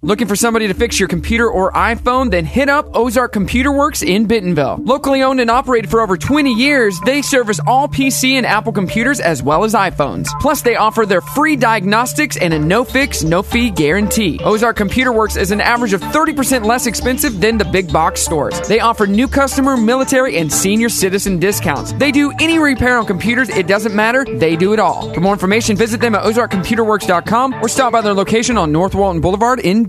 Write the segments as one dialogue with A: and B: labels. A: Looking for somebody to fix your computer or iPhone? Then hit up Ozark Computer Works in Bentonville. Locally owned and operated for over 20 years, they service all PC and Apple computers as well as iPhones. Plus, they offer their free diagnostics and a no fix, no fee guarantee. Ozark Computer Works is an average of 30% less expensive than the big box stores. They offer new customer, military, and senior citizen discounts. They do any repair on computers, it doesn't matter, they do it all. For more information, visit them at ozarkcomputerworks.com or stop by their location on North Walton Boulevard in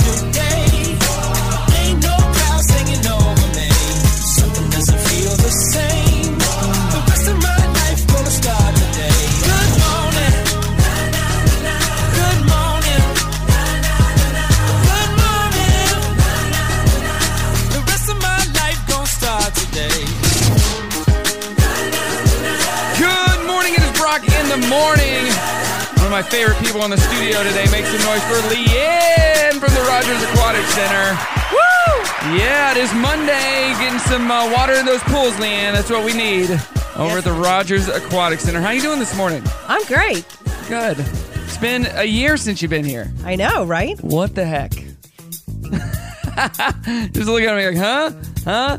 B: new day. Ain't no clouds hanging over me. Something doesn't feel the same. The rest of my life gonna start today. Good morning. Good morning. Good morning. The rest of my life gonna start today.
A: Good morning, it is Brock in the morning. One of my favorite people in the studio today. Make some noise for Leanne from the Rogers Aquatic Center. Woo! Yeah, it is Monday. Getting some uh, water in those pools, Leanne. That's what we need over at the Rogers Aquatic Center. How you doing this morning?
C: I'm great.
A: Good. It's been a year since you've been here.
C: I know, right?
A: What the heck? Just looking at me like, huh? Huh?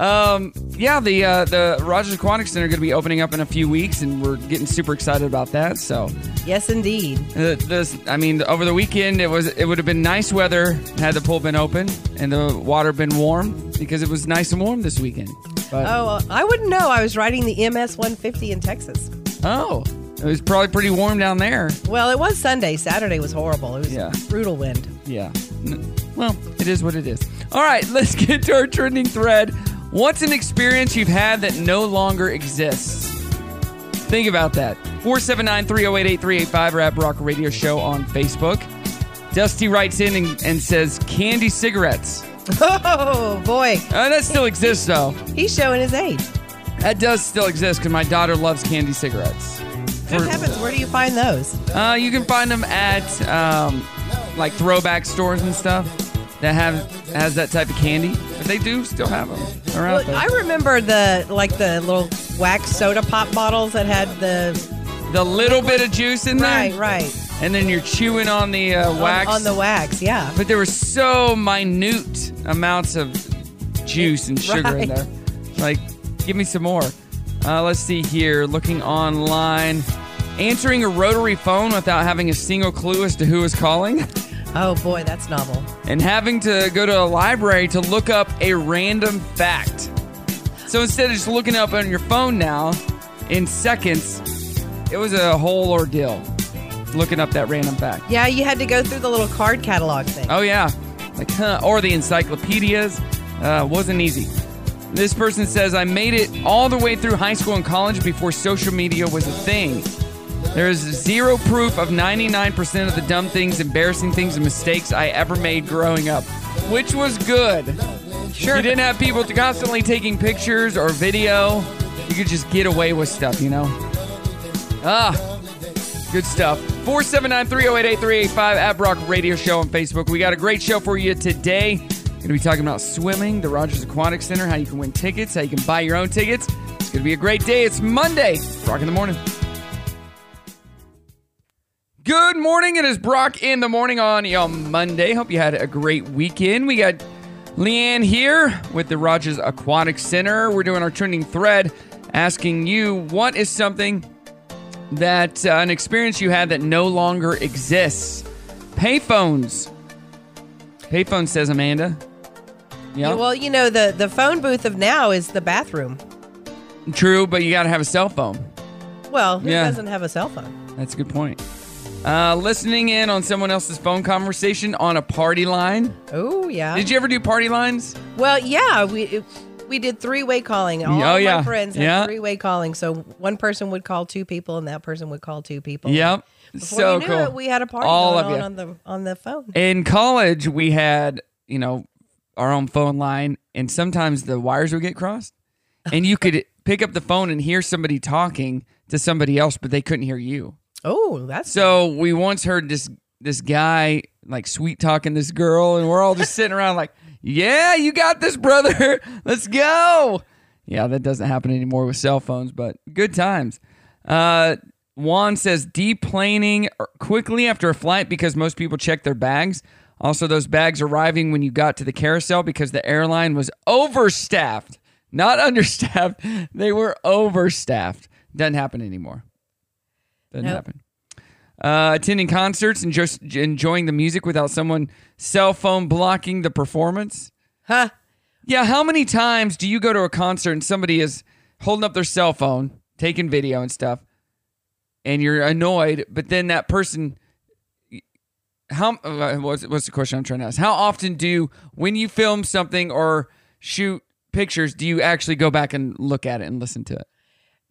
A: Um, yeah, the uh, the Rogers Aquatic Center going to be opening up in a few weeks, and we're getting super excited about that. So,
C: Yes, indeed.
A: uh, this, I mean, over the weekend it was it would have been nice weather had the pool been open and the water been warm because it was nice and warm this weekend. But
C: Oh, uh, I wouldn't know. I was riding the MS 150 in Texas.
A: oh, it was probably pretty warm down there.
C: Well, it was Sunday. Saturday was horrible. It was
A: Yeah.
C: brutal wind.
A: Yeah. N- Well, it is what it is. All right, let's get to our trending thread. What's an experience you've had that no longer exists? Think about that. 479 308 8385 or at Brock Radio Show on Facebook. Dusty writes in and, and says, candy cigarettes.
C: Oh boy,
A: Uh, that still exists, though.
C: he's showing his age.
A: That does still exist because my daughter loves candy cigarettes.
C: What happens? Where do you find those?
A: Uh, you can find them at um, like throwback stores and stuff that have has that type of candy. But they do still have them around.
C: Well,
A: there.
C: I remember the like the little wax soda pop bottles that had the
A: the little bit of juice in there,
C: right, right
A: and then you're chewing on the uh,
C: On-
A: wax.
C: on, the wax. Yeah,
A: but there were so minute amounts of juice and sugar in
C: Right.
A: there. Like, give me some more. Uh, let's see here. Looking online, answering a rotary phone without having a single clue as to who is calling.
C: oh boy, that's novel.
A: and having to go to a library to look up a random fact. So instead of just looking up on your phone now in seconds, it was a whole ordeal looking up that random fact.
C: Yeah, you had to go through the little card catalog thing.
A: Oh, yeah. Like, huh, or the encyclopedias. Uh, wasn't easy. This person says, I made it all the way through high school and college before social media was a thing. There is zero proof of 99% of the dumb things, embarrassing things, and mistakes I ever made growing up, which was good. Sure. You didn't have people constantly taking pictures or video. You could just get away with stuff, you know? Ah, good stuff. 479 308 8385 at Brock Radio Show on Facebook. We got a great show for you today. Going to be talking about swimming, the Rogers Aquatic Center, how you can win tickets, how you can buy your own tickets. It's going to be a great day. It's Monday. Brock in the morning. Good morning. It is Brock in the morning on your Monday. Hope you had a great weekend. We got Leanne here with the Rogers Aquatic Center. We're doing our trending thread asking you what is something that uh, an experience you had that no longer exists. Payphones. Payphone says Amanda. Yeah.
C: Well, you know the the phone booth of now is the bathroom.
A: True, but you got to have a cell phone.
C: Well, who
A: Yeah.
C: doesn't have a cell phone?
A: That's a good point. Uh, listening in on someone else's phone conversation on a party line.
C: Oh yeah.
A: Did you ever do party lines?
C: well, yeah. We it, we did three way calling. All
A: Oh,
C: my
A: yeah.
C: friends had
A: Yeah.
C: three way calling. So one person would call two people, and that person would call two people.
A: Yep.
C: Before
A: so
C: you knew
A: cool.
C: it, we had a party
A: All of
C: going on,
A: you.
C: on the on the phone.
A: In college, we had, you know, our own phone line, and sometimes the wires would get crossed, and you could pick up the phone and hear somebody talking to somebody else, but they couldn't hear you.
C: Oh, that's
A: So we once heard this this guy like sweet talking this girl, and we're all just sitting around like, "Yeah, you got this, brother. Let's go." Yeah, that doesn't happen anymore with cell phones, but good times. Uh, Juan says deplaning er, quickly after a flight because most people check their bags. Also, those bags arriving when you got to the carousel because the airline was overstaffed, not understaffed. They were overstaffed. Doesn't happen anymore. Doesn't
C: Nope.
A: happen uh, attending concerts and just enjoying the music without someone cell phone blocking the performance.
C: huh.
A: Yeah, how many times do you go to a concert and somebody is holding up their cell phone, taking video and stuff, and you're annoyed, but then that person how uh, what's, what's the question I'm trying to ask? How often do when you film something or shoot pictures, do you actually go back and look at it and listen to it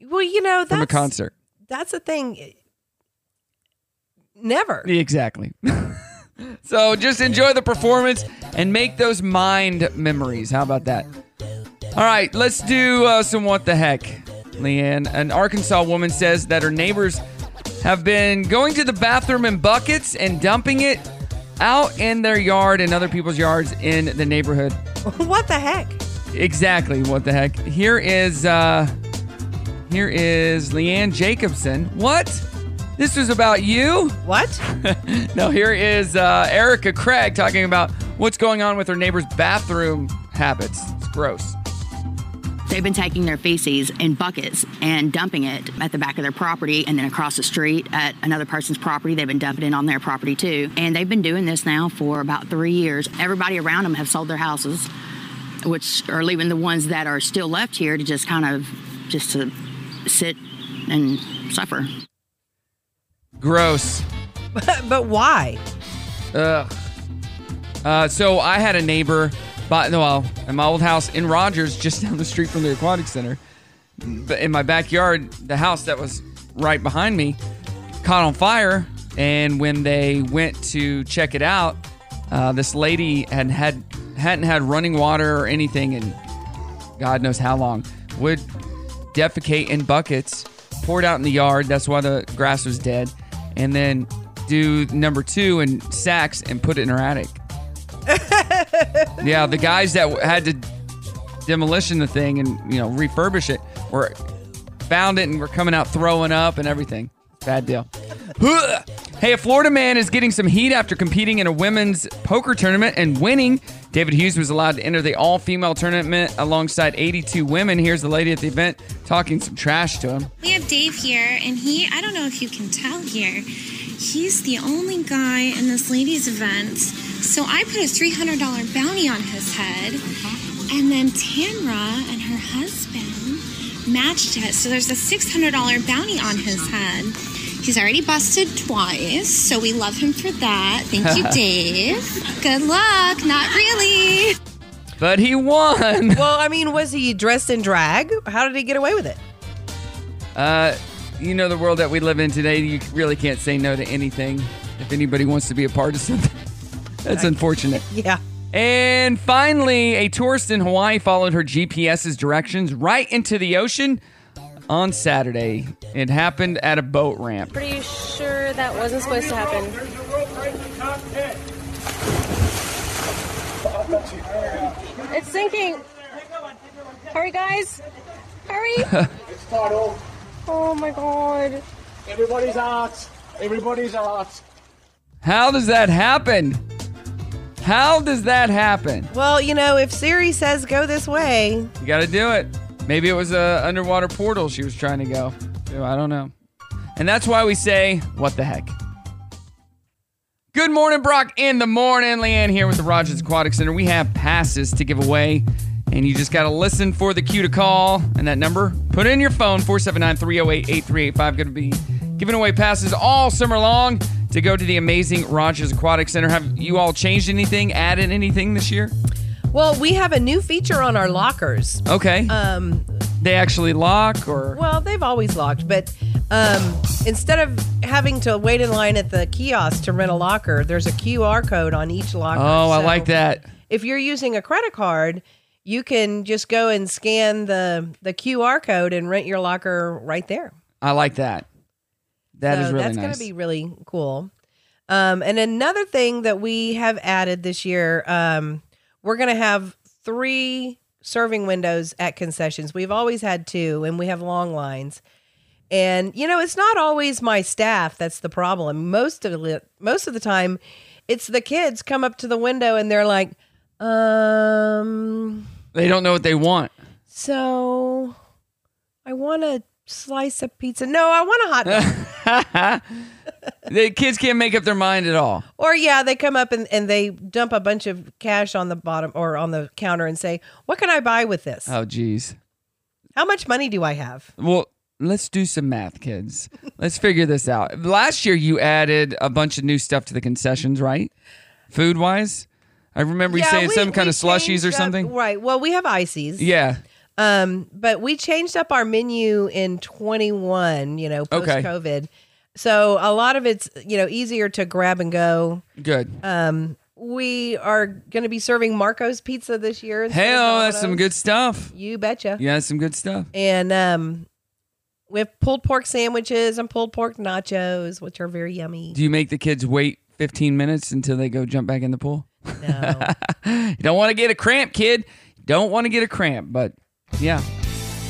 C: Well, you know that's
A: from a concert?
C: That's the thing. Never.
A: Yeah, Exactly. so just enjoy the performance and make those mind memories. How about that? All right, let's do uh, some what the heck, Leanne. An Arkansas woman says that her neighbors have been going to the bathroom in buckets and dumping it out in their yard and other people's yards in the neighborhood.
C: what the heck?
A: Exactly. What the heck? Here is uh here is Leanne Jacobson. What? This was about you?
C: What?
A: now here is uh, Erica Craig talking about what's going on with her neighbor's bathroom habits. It's gross.
D: They've been taking their feces in buckets and dumping it at the back of their property and then across the street at another person's property. They've been dumping it on their property too. And they've been doing this now for about three years. Everybody around them have sold their houses, which are leaving the ones that are still left here to just kind of just to sit and suffer.
A: Gross.
C: but why?
A: Uh, so I had a neighbor, by, no, well, in my old house in Rogers, just down the street from the aquatic center, but in my backyard, the house that was right behind me caught on fire. And when they went to check it out, uh, this lady had had hadn't had running water or anything in God knows how long. Would defecate in buckets, poured out in the yard. That's why the grass was dead. And then do number two in sacks and put it in her attic. Yeah, the guys that w- had to demolition the thing and you know refurbish it were found it and were coming out throwing up and everything. Bad deal. Huh. hey, a Florida man is getting some heat after competing in a women's poker tournament and winning. David Hughes was allowed to enter the all-female tournament alongside 82 women. Here's the lady at the event talking some trash to him.
E: We have Dave here, and he, I don't know if you can tell here, he's the only guy in this ladies' event. So I put a $300 bounty on his head, and then Tamra and her husband matched it. So there's a $600 bounty on his head. He's already busted twice, so we love him for that. Thank you, Dave. Good luck. Not really.
A: But he won.
C: Well, I mean, was he dressed in drag? How did he get away with it?
A: Uh, you know the world that we live in today. You really can't say no to anything. If anybody wants to be a part of something, that's unfortunate.
C: Yeah.
A: And finally, a tourist in Hawaii followed her GPS's directions right into the ocean on Saturday. It happened at a boat ramp.
F: Pretty sure that wasn't supposed to happen. It's sinking. Hurry, guys. Hurry. Oh my god.
G: Everybody's out. Everybody's out.
A: How does that happen? How does that happen?
C: Well, you know, if Siri says go this way,
A: You got to do it. Maybe it was a underwater portal she was trying to go. to. I don't know. And that's why we say, what the heck? Good morning, Brock. In the morning, Leanne here with the Rogers Aquatic Center. We have passes to give away, and you just got to listen for the cue to call and that number. Put in your phone 479 308 8385. Going to be giving away passes all summer long to go to the amazing Rogers Aquatic Center. Have you all changed anything, added anything this year?
C: Well, we have a new feature on our lockers.
A: Okay.
C: Um,
A: they actually lock or
C: well, they've always locked, but um, instead of having to wait in line at the kiosk to rent a locker, there's a QR code on each locker.
A: Oh, I
C: So
A: like that.
C: If you're using a credit card, you can just go and scan the the QR code and rent your locker right there.
A: I like that. That
C: so
A: is really
C: that's
A: nice.
C: going to be really cool. Um, and another thing that we have added this year, um, we're going to have three serving windows at concessions. We've always had two, and we have long lines. And you know, it's not always my staff that's the problem. Most of the most of the time, it's the kids come up to the window and they're like, um,
A: they don't know what they want.
C: so I want a slice of pizza. No, I want a hot dog.
A: The kids can't make up their mind at all.
C: Or yeah, they come up and, and they dump a bunch of cash on the bottom or on the counter and say, What can I buy with this?
A: Oh, geez.
C: How much money do I have?
A: Well, let's do some math, kids. Let's figure this out. Last year, you added a bunch of new stuff to the concessions, right? Food wise, I remember you
C: Yeah,
A: saying
C: we-
A: some kind
C: we
A: of slushies
C: changed
A: or
C: up-
A: something.
C: right. Well, we have ices.
A: Yeah.
C: Um, but we changed up our menu in 21, you know, post
A: Okay.
C: COVID. So a lot of it's, you know, easier to grab and go.
A: Good.
C: Uh, We are going to be serving Marco's pizza this year. instead of
A: Hell, that's some
C: Domino's.
A: good stuff.
C: You betcha.
A: Yeah, that's some good stuff.
C: and um we have pulled pork sandwiches and pulled pork nachos which are very yummy
A: Do you make the kids wait 15 minutes until they go jump back in the pool?
C: no.
A: You don't want to get a cramp, kid. Don't want to get a cramp, but yeah.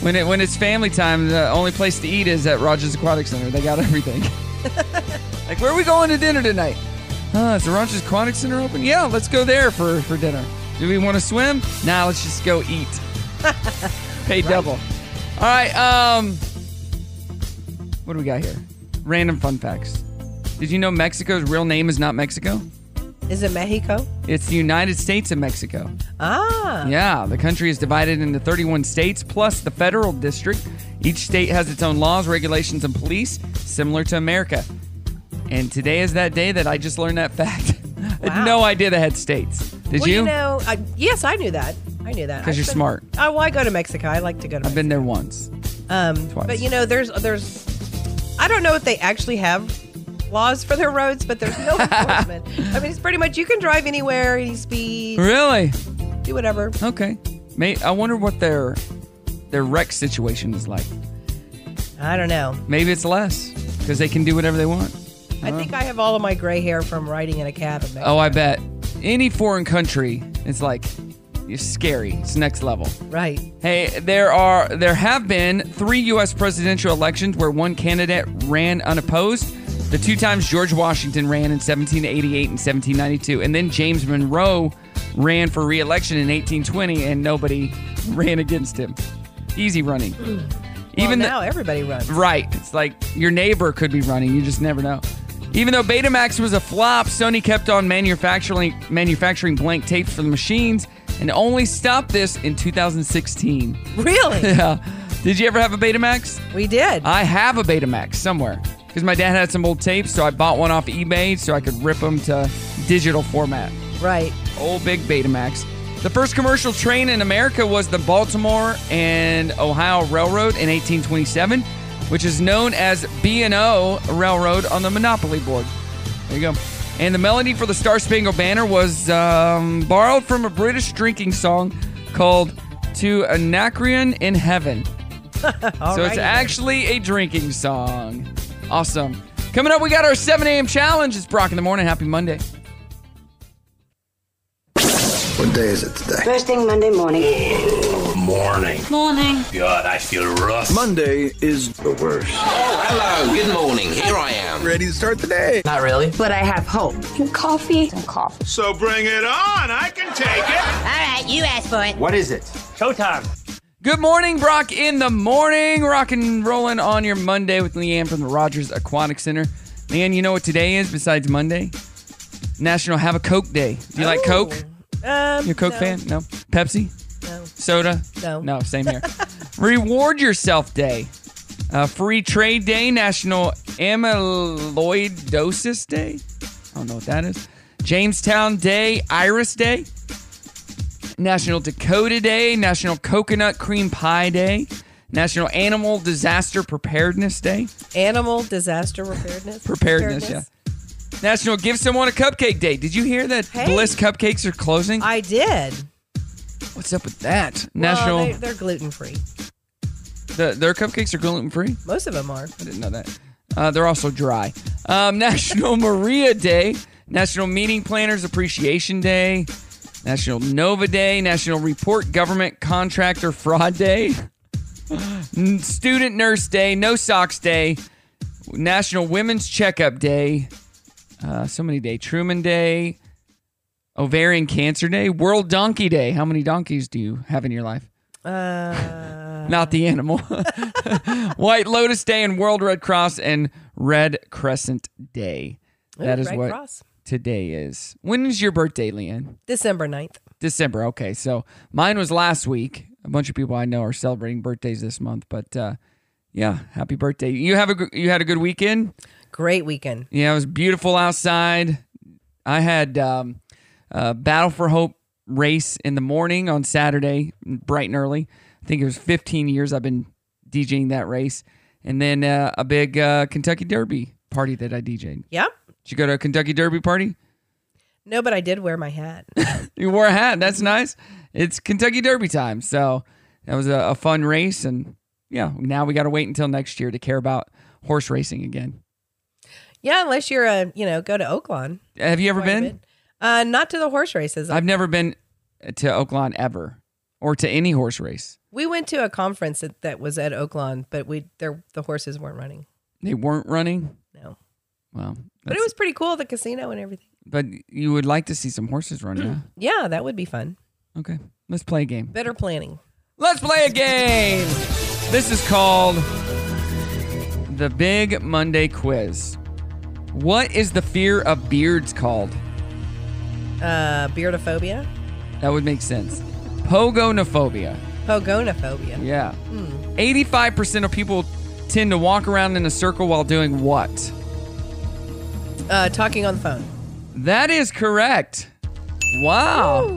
A: When it when it's family time, the only place to eat is at Rogers Aquatic Center. They got everything. like, where are we going to dinner tonight? Uh, is the Rogers Aquatic Center open? Yeah, let's go there for for dinner. Do we want to swim? Nah, let's just go eat. Pay double. All right. Um, what do we got here? Random fun facts. Did you know Mexico's real name is not Mexico?
C: is it mexico
A: It's the United States of Mexico.
C: ah
A: Yeah, the country is divided into 31 states plus the federal district. Each state has its own laws, regulations, and police, similar to America. And today is that day that I just learned that fact. I had
C: Wow.
A: no idea they had states. Did
C: well
A: you?
C: you, know I, yes i knew that i knew that
A: 'Cause
C: I
A: you're
C: spent-
A: smart.
C: oh well, i go to mexico i like to go to
A: I've been there once.
C: um
A: twice.
C: but you know there's there's i don't know if they actually have laws for their roads but there's no enforcement i mean it's pretty much you can drive anywhere any speed
A: Really?
C: do whatever
A: Okay. May I wonder what their their wreck situation is like.
C: i don't know
A: Maybe it's less because they can do whatever they want.
C: i think i have all of my gray hair from riding in a cab in Mexico.
A: Oh, I bet. Any foreign country, it's like you're scary. It's next level.
C: right
A: Hey, there are there have been three U.S. presidential elections where one candidate ran unopposed. The two times George Washington ran in 1788 and 1792, and then James Monroe ran for re-election in 1820, and nobody ran against him. Easy running.
C: even
A: Even
C: now everybody runs
A: the, right, it's like your neighbor could be running. You just never know. Even though Betamax was a flop, Sony kept on manufacturing manufacturing blank tapes for the machines, and only stopped this in 2016.
C: Really?
A: Yeah. Did you ever have a Betamax?
C: we did.
A: I have a Betamax somewhere because my dad had some old tapes, so I bought one off eBay so I could rip them to digital format.
C: right.
A: Old big Betamax. The first commercial train in America was the Baltimore and Ohio Railroad in 1827, which is known as B&O Railroad on the Monopoly board. There you go. And the melody for the Star Spangled Banner was um, borrowed from a British drinking song called "To Anacreon in Heaven."
C: All
A: So it's actually a drinking song. Awesome. Coming up, we got our 7 a.m. challenge. It's Brock in the morning. Happy Monday.
H: What day is it today?
I: First thing Monday morning.
B: Morning.
I: Morning.
B: God, I feel rough.
H: Monday is the worst.
B: Hello, good morning. Here I am.
H: Ready to start the day?
I: Not really. But I have hope. And coffee. And coffee.
J: So bring it on. I can take it.
I: All right, you asked for it.
J: What is it? Showtime.
A: Good morning, Brock in the morning. Rockin' and rolling on your Monday with Leanne from the Rogers Aquatic Center. Leanne, you know what today is besides Monday? National Have a Coke Day. Do you like Coke?
C: Um,
A: You a Coke
C: no.
A: fan? No. Pepsi?
C: No.
A: Soda?
C: No.
A: No, same here. Reward Yourself Day. Uh, free Trade Day. National Amyloidosis Day. I don't know what that is. Jamestown Day. Iris Day. National Dakota Day, National Coconut Cream Pie Day, National Animal Disaster Preparedness Day,
C: Animal disaster preparedness.
A: preparedness, yeah. National Give Someone a Cupcake Day. Did you hear that
C: Hey.
A: Bliss Cupcakes are closing?
C: I did.
A: What's up with that?
C: Well,
A: National
C: they, they're gluten free.
A: the, their cupcakes are gluten free.
C: Most of them are. I
A: didn't know that. Uh, they're also dry. Um, National Maria Day, National Meeting Planners Appreciation Day, National Nova Day, National Report Government Contractor Fraud Day, N- Student Nurse Day, No Socks Day, National Women's Checkup Day, uh, so many day, Truman Day, Ovarian Cancer Day, World Donkey Day. How many donkeys do you have in your life?
C: Uh,
A: Not the animal. White Lotus Day and World Red Cross and Red Crescent Day.
C: Ooh,
A: That is
C: Red
A: what
C: Cross.
A: today is. When is your birthday, Leanne?
C: December 9th.
A: December. Okay, so mine was last week. A bunch of people I know are celebrating birthdays this month, but uh, yeah, happy birthday! You have a gr- you had a good weekend.
C: Great weekend.
A: Yeah, it was beautiful outside. I had um, a Battle for Hope race in the morning on Saturday, bright and early. I think it was 15 years I've been DJing that race. And then uh, a big uh, Kentucky Derby party that I DJed.
C: Yep.
A: Did you go to a Kentucky Derby party?
C: No, but I did wear my hat.
A: You wore a hat. That's nice. It's Kentucky Derby time. So that was a, a fun race. And yeah, now we got to wait until next year to care about horse racing again.
C: Yeah, unless you're a, you know, go to Oaklawn.
A: Have you ever
C: Quite a
A: been?
C: bit. Uh, not to the horse races.
A: I've never been to Oaklawn ever or to any horse race.
C: we went to a conference that, that was at Oaklawn, but we there the horses weren't running.
A: They weren't running.
C: No.
A: Well,
C: But it was pretty cool, the casino and everything.
A: but you would like to see some horses run, yeah?
C: Yeah, that would be fun.
A: Okay, let's play a game.
C: Better planning.
A: Let's play a game. This is called the Big Monday Quiz. What is the fear of beards called?
C: Uh beardophobia.
A: That would make sense. Pogonophobia.
C: Pogonophobia.
A: Yeah. 85% of people tend to walk around in a circle while doing what?
C: Uh talking on the phone.
A: That is correct.
C: Oh.
A: Wow.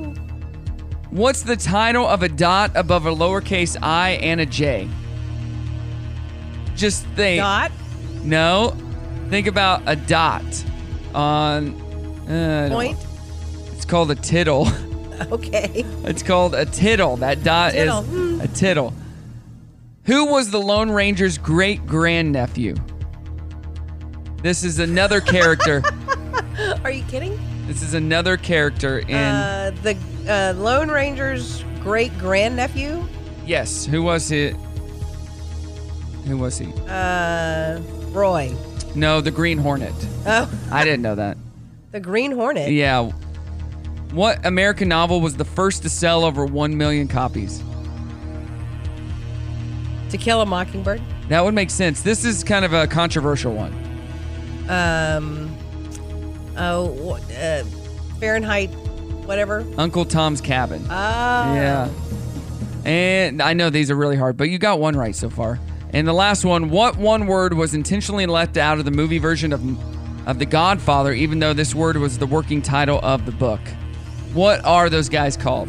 A: What's the title of a dot above a lowercase i and a j? Just think.
C: Dot?
A: No. Think about a dot on. uh, I don't
C: Point.
A: know. It's called a tittle.
C: Okay.
A: It's called a tittle. That dot
C: Tittle. Hmm.
A: is a tittle. Who was the Lone Ranger's great grandnephew? This is another character.
C: Are you kidding?
A: this is another character in.
C: Uh the uh, Lone Ranger's great grandnephew.
A: Yes. Who was it? Who was he?
C: Uh Roy.
A: No, the Green Hornet.
C: Oh,
A: I didn't know that.
C: the Green Hornet.
A: Yeah. What American novel was the first to sell over 1 million copies?
C: To kill a mockingbird.
A: That would make sense. This is kind of a controversial one.
C: Um oh wha- uh, Fahrenheit whatever.
A: Uncle Tom's Cabin.
C: Oh.
A: Yeah. And I know these are really hard, but you got one right so far. And the last one, what one word was intentionally left out of the movie version of of The Godfather even though this word was the working title of the book? What are those guys called?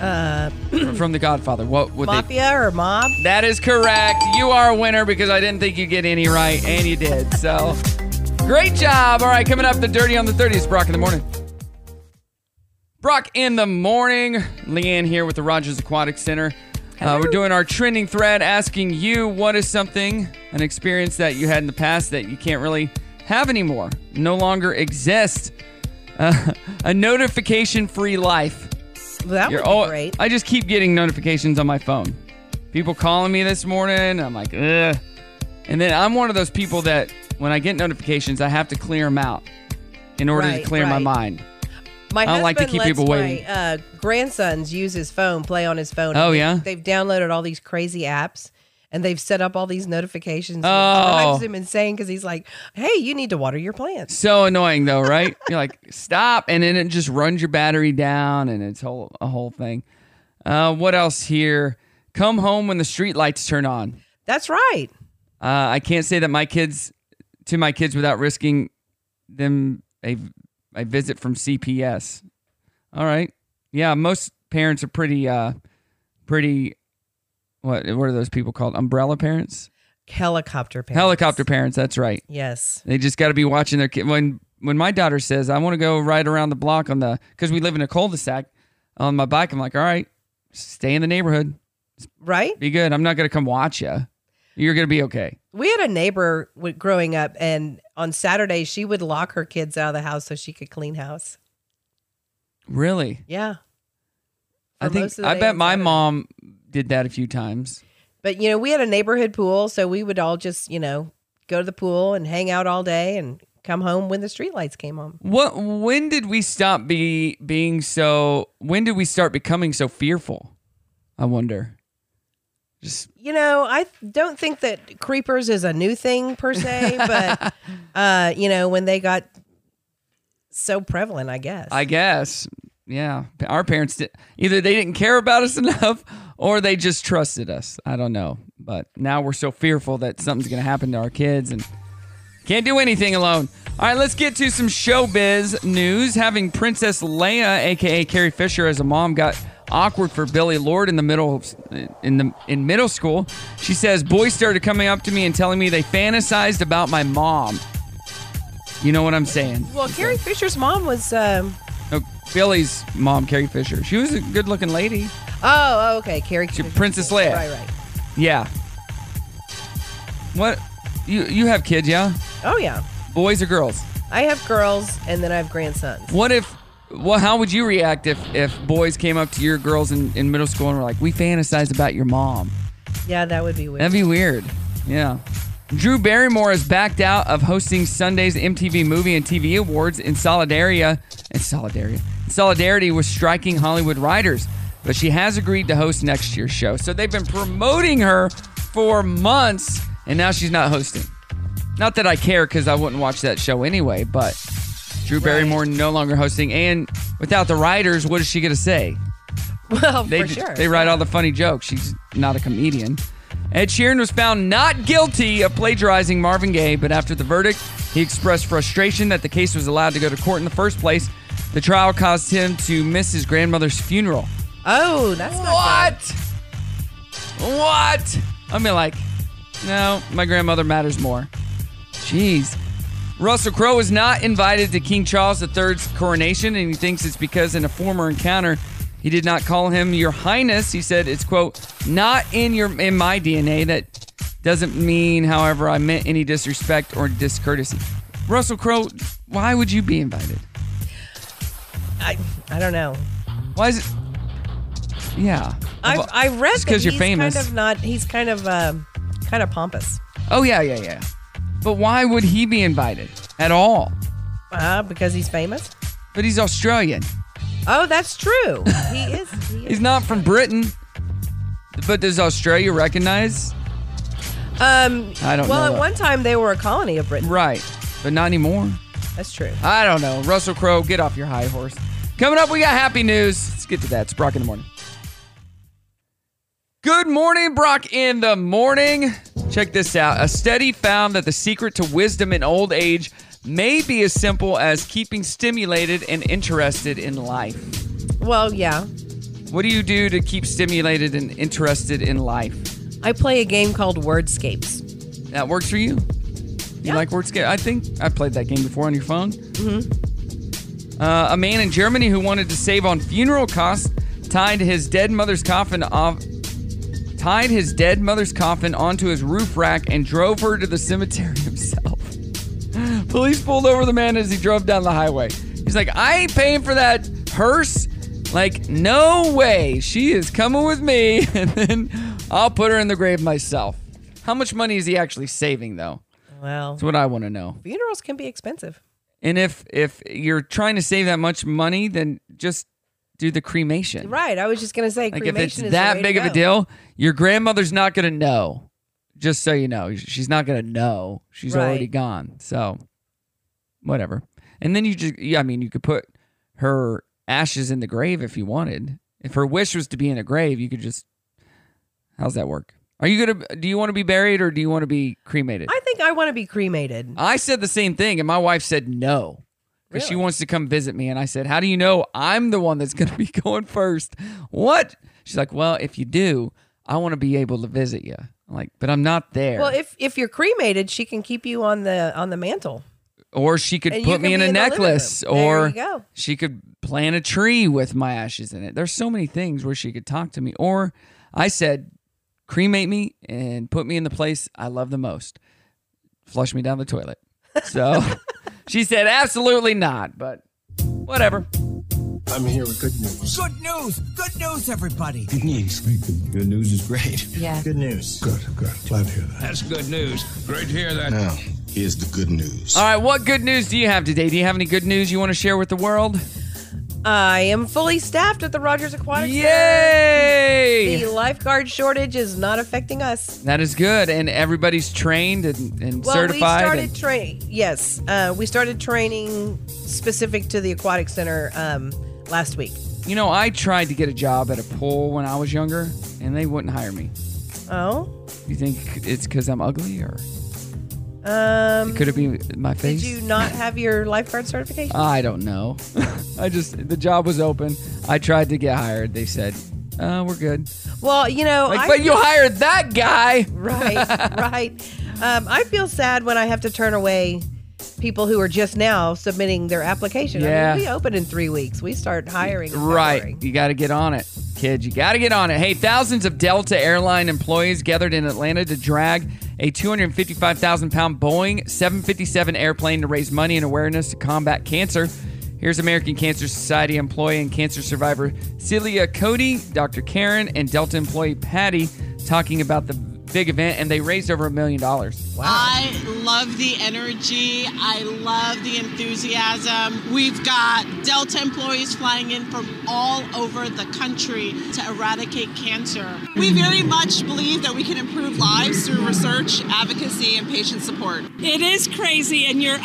C: Uh
A: From The Godfather. What would they
C: mafia or mob?
A: That is correct. You are a winner because I didn't think you'd get any right, and you did. So great job. All right, coming up, the dirty on the 30s, Brock in the morning. Brock in the morning. Leanne here with the Rogers Aquatic Center. Uh, we're doing our trending thread asking you what is something, an experience that you had in the past that you can't really have anymore, no longer exists. Uh, a notification free life.
C: That
A: You're
C: would be
A: al-
C: great.
A: I just keep getting notifications on my phone. People calling me this morning. I'm like, ugh. And then I'm one of those people that when I get notifications, I have to clear them out in order
C: Right,
A: to clear my
C: right.
A: mind.
C: My
A: I don't like to
C: husband
A: keep
C: lets
A: people waiting.
C: My, uh, grandsons use his phone, play on his phone.
A: Oh,
C: They-
A: yeah?
C: they've downloaded all these crazy apps, and they've set up all these notifications. It
A: Oh.
C: drives him insane because he's like, "Hey, you need to water your plants."
A: So annoying though, right? You're like, stop, and then it just runs your battery down, and it's whole a whole thing. Uh, what else here? Come home when the street lights turn on.
C: That's right.
A: Uh, I can't say that my kids to my kids without risking them a a visit from CPS. All right. Yeah, most parents are pretty, uh, pretty. What what are those people called? Umbrella parents.
C: Helicopter parents.
A: Helicopter parents. That's right.
C: Yes.
A: They just got to be watching their kid. When when my daughter says, "I want to go right around the block on the," because we live in a cul-de-sac, on my bike, I'm like, "All right, stay in the neighborhood,
C: right?
A: Be good. I'm not gonna come watch you. You're gonna be okay."
C: We had a neighbor w- growing up, and on Saturdays she would lock her kids out of the house so she could clean house.
A: Really?
C: Yeah.
A: I
C: For
A: think
C: most of the
A: I
C: day
A: bet
C: on
A: my
C: Saturday.
A: mom did that a few times.
C: But you know, we had a neighborhood pool, so we would all just you know go to the pool and hang out all day and come home when the streetlights came on.
A: What? When did we stop be being so? When did we start becoming so fearful? I wonder. Just
C: You know, I don't think that creepers is a new thing per se, but uh, you know, when they got so prevalent, I guess.
A: I guess. Yeah, our parents did. Either they didn't care about us enough, or they just trusted us. I don't know. But now we're so fearful that something's going to happen to our kids and can't do anything alone. All right, let's get to some showbiz news. Having Princess Leia, aka Carrie Fisher, as a mom got awkward for Billy Lord in the middle of, in the in middle school. She says boys started coming up to me and telling me they fantasized about my mom. You know what I'm saying?
C: well, Carrie Fisher's mom was. Um,
A: No, Billy's mom, Carrie Fisher. She was a good-looking lady.
C: oh, okay, Carrie.
A: She, Princess Leia.
C: Right, right.
A: Yeah. What? You you have kids, yeah?
C: Oh yeah,
A: Boys or girls?
C: I have girls, and then I have grandsons.
A: What if? Well, how would you react if if boys came up to your girls in, in middle school and were like, "We fantasize about your mom"?
C: Yeah, that would be weird.
A: That'd be weird. Yeah. Drew Barrymore has backed out of hosting Sunday's MTV Movie and TV Awards in solidarity in solidarity in solidarity with striking Hollywood writers, but she has agreed to host next year's show. So they've been promoting her for months, and now she's not hosting. Not that I care because I wouldn't watch that show anyway, but Drew Barrymore no longer hosting, and without the writers, what is she gonna say?
C: well,
A: They
C: for
A: ju-
C: sure.
A: they write all the funny jokes. She's not a comedian. Ed Sheeran was found not guilty of plagiarizing Marvin Gaye, but after the verdict, he expressed frustration that the case was allowed to go to court in the first place. The trial caused him to miss his grandmother's funeral.
C: Oh, that's not
A: what? What? I mean, like, no, my grandmother matters more. Jeez. Russell Crowe was not invited to King Charles III's coronation, and he thinks it's because in a former encounter, he did not call him Your Highness. He said it's quote not in your in my DNA. That doesn't mean, however, I meant any disrespect or discourtesy. Russell Crowe, why would you be invited?
C: I I don't know.
A: Why is it? Yeah,
C: I've, I read
A: Just
C: that
A: 'cause you're
C: he's
A: famous.
C: kind of not. He's kind of um, kind of pompous.
A: Oh yeah, yeah, yeah. But why would he be invited at all?
C: Uh, because he's famous.
A: But he's Australian.
C: Oh, that's true. He is. He is.
A: He's not from Britain. But does Australia recognize?
C: Um,
A: I don't
C: well,
A: know
C: at
A: that.
C: one time they were a colony of Britain.
A: Right. But not anymore.
C: That's true.
A: I don't know. Russell Crowe, get off your high horse. Coming up, we got happy news. Let's get to that. It's Brock in the morning. Good morning, Brock in the morning. Check this out. A study found that the secret to wisdom in old age may be as simple as keeping stimulated and interested in life.
C: Well, yeah.
A: What do you do to keep stimulated and interested in life?
C: I play a game called Wordscapes.
A: That works for you? You like Wordscape? I think I played that game before on your phone.
C: Mm-hmm.
A: Uh, a man in Germany who wanted to save on funeral costs tied his dead mother's coffin off, tied his dead mother's coffin onto his roof rack and drove her to the cemetery himself. Police pulled over the man as he drove down the highway. He's like, "I ain't paying for that hearse. Like, no way. She is coming with me, and then I'll put her in the grave myself." How much money is he actually saving, though?
C: Well,
A: That's what I want to know.
C: funerals can be expensive.
A: And if if you're trying to save that much money, then just do the cremation.
C: Right. I was just gonna say,
A: Like if it's
C: cremation is the way
A: that
C: to
A: big of a
C: go.
A: deal, your grandmother's not gonna know. Just so you know, she's not gonna know. She's already
C: Right.
A: gone. So whatever. And then you just yeah, I mean, you could put her ashes in the grave if you wanted. If her wish was to be in a grave, you could just How's that work? Are you gonna do you want to be buried or do you want to be cremated?
C: I think I want to be cremated.
A: I said the same thing, and my wife said no. because she wants to come visit me. And I said, How do you know I'm the one that's going to be going first? What? She's like, Well, if you do, I want to be able to visit you. I'm like, But I'm not there.
C: Well, if if you're cremated, she can keep you on the on the mantle.
A: or she could
C: And you
A: put
C: can
A: me in
C: be
A: a
C: in the living
A: necklace,
C: room. There
A: or
C: you go.
A: she could plant a tree with my ashes in it. There's so many things where she could talk to me. Or I said, cremate me and put me in the place I love the most. Flush me down the toilet. So she said, absolutely not. But whatever.
K: I'm here with good news.
B: Good news! Good news, everybody!
K: Good news. Good, good news is great.
B: Yeah.
K: Good news. Good, good. Glad to hear that.
B: That's good news. Great to hear that.
K: Now, here's the good news.
A: All right, what good news do you have today? Do you have any good news you want to share with the world?
C: I am fully staffed at the Rogers Aquatic
A: Yay!
C: Center. The lifeguard shortage is not affecting us.
A: That is good. And everybody's trained and, and
C: Well,
A: certified.
C: we
A: and-
C: started training. Yes, uh, we started training specific to the aquatic center um, last week.
A: You know, I tried to get a job at a pool when I was younger, and they wouldn't hire me.
C: Oh,
A: You think it's because I'm ugly, or
C: um,
A: could it be my
C: did
A: face?
C: you not have your lifeguard certification?
A: I don't know. I just the job was open. I tried to get hired. They said, uh, "We're good."
C: well, you know,
A: Like,
C: I-
A: but you hired that guy.
C: right, right. Um, I feel sad when I have to turn away people who are just now submitting their application. I
A: Yeah.
C: mean, we open in three weeks. We start hiring.
A: Right. You got to get on it, kid. You got to get on it. Hey, thousands of Delta airline employees gathered in Atlanta to drag a 255,000 pound Boeing 757 airplane to raise money and awareness to combat cancer. Here's American Cancer Society employee and cancer survivor Celia Cody, Dr. Karen, and Delta employee Patty talking about the big event, and they raised over a million dollars.
L: I love the energy. I love the enthusiasm. We've got Delta employees flying in from all over the country to eradicate cancer. We very much believe that we can improve lives through research, advocacy, and patient support.
M: It is crazy, and your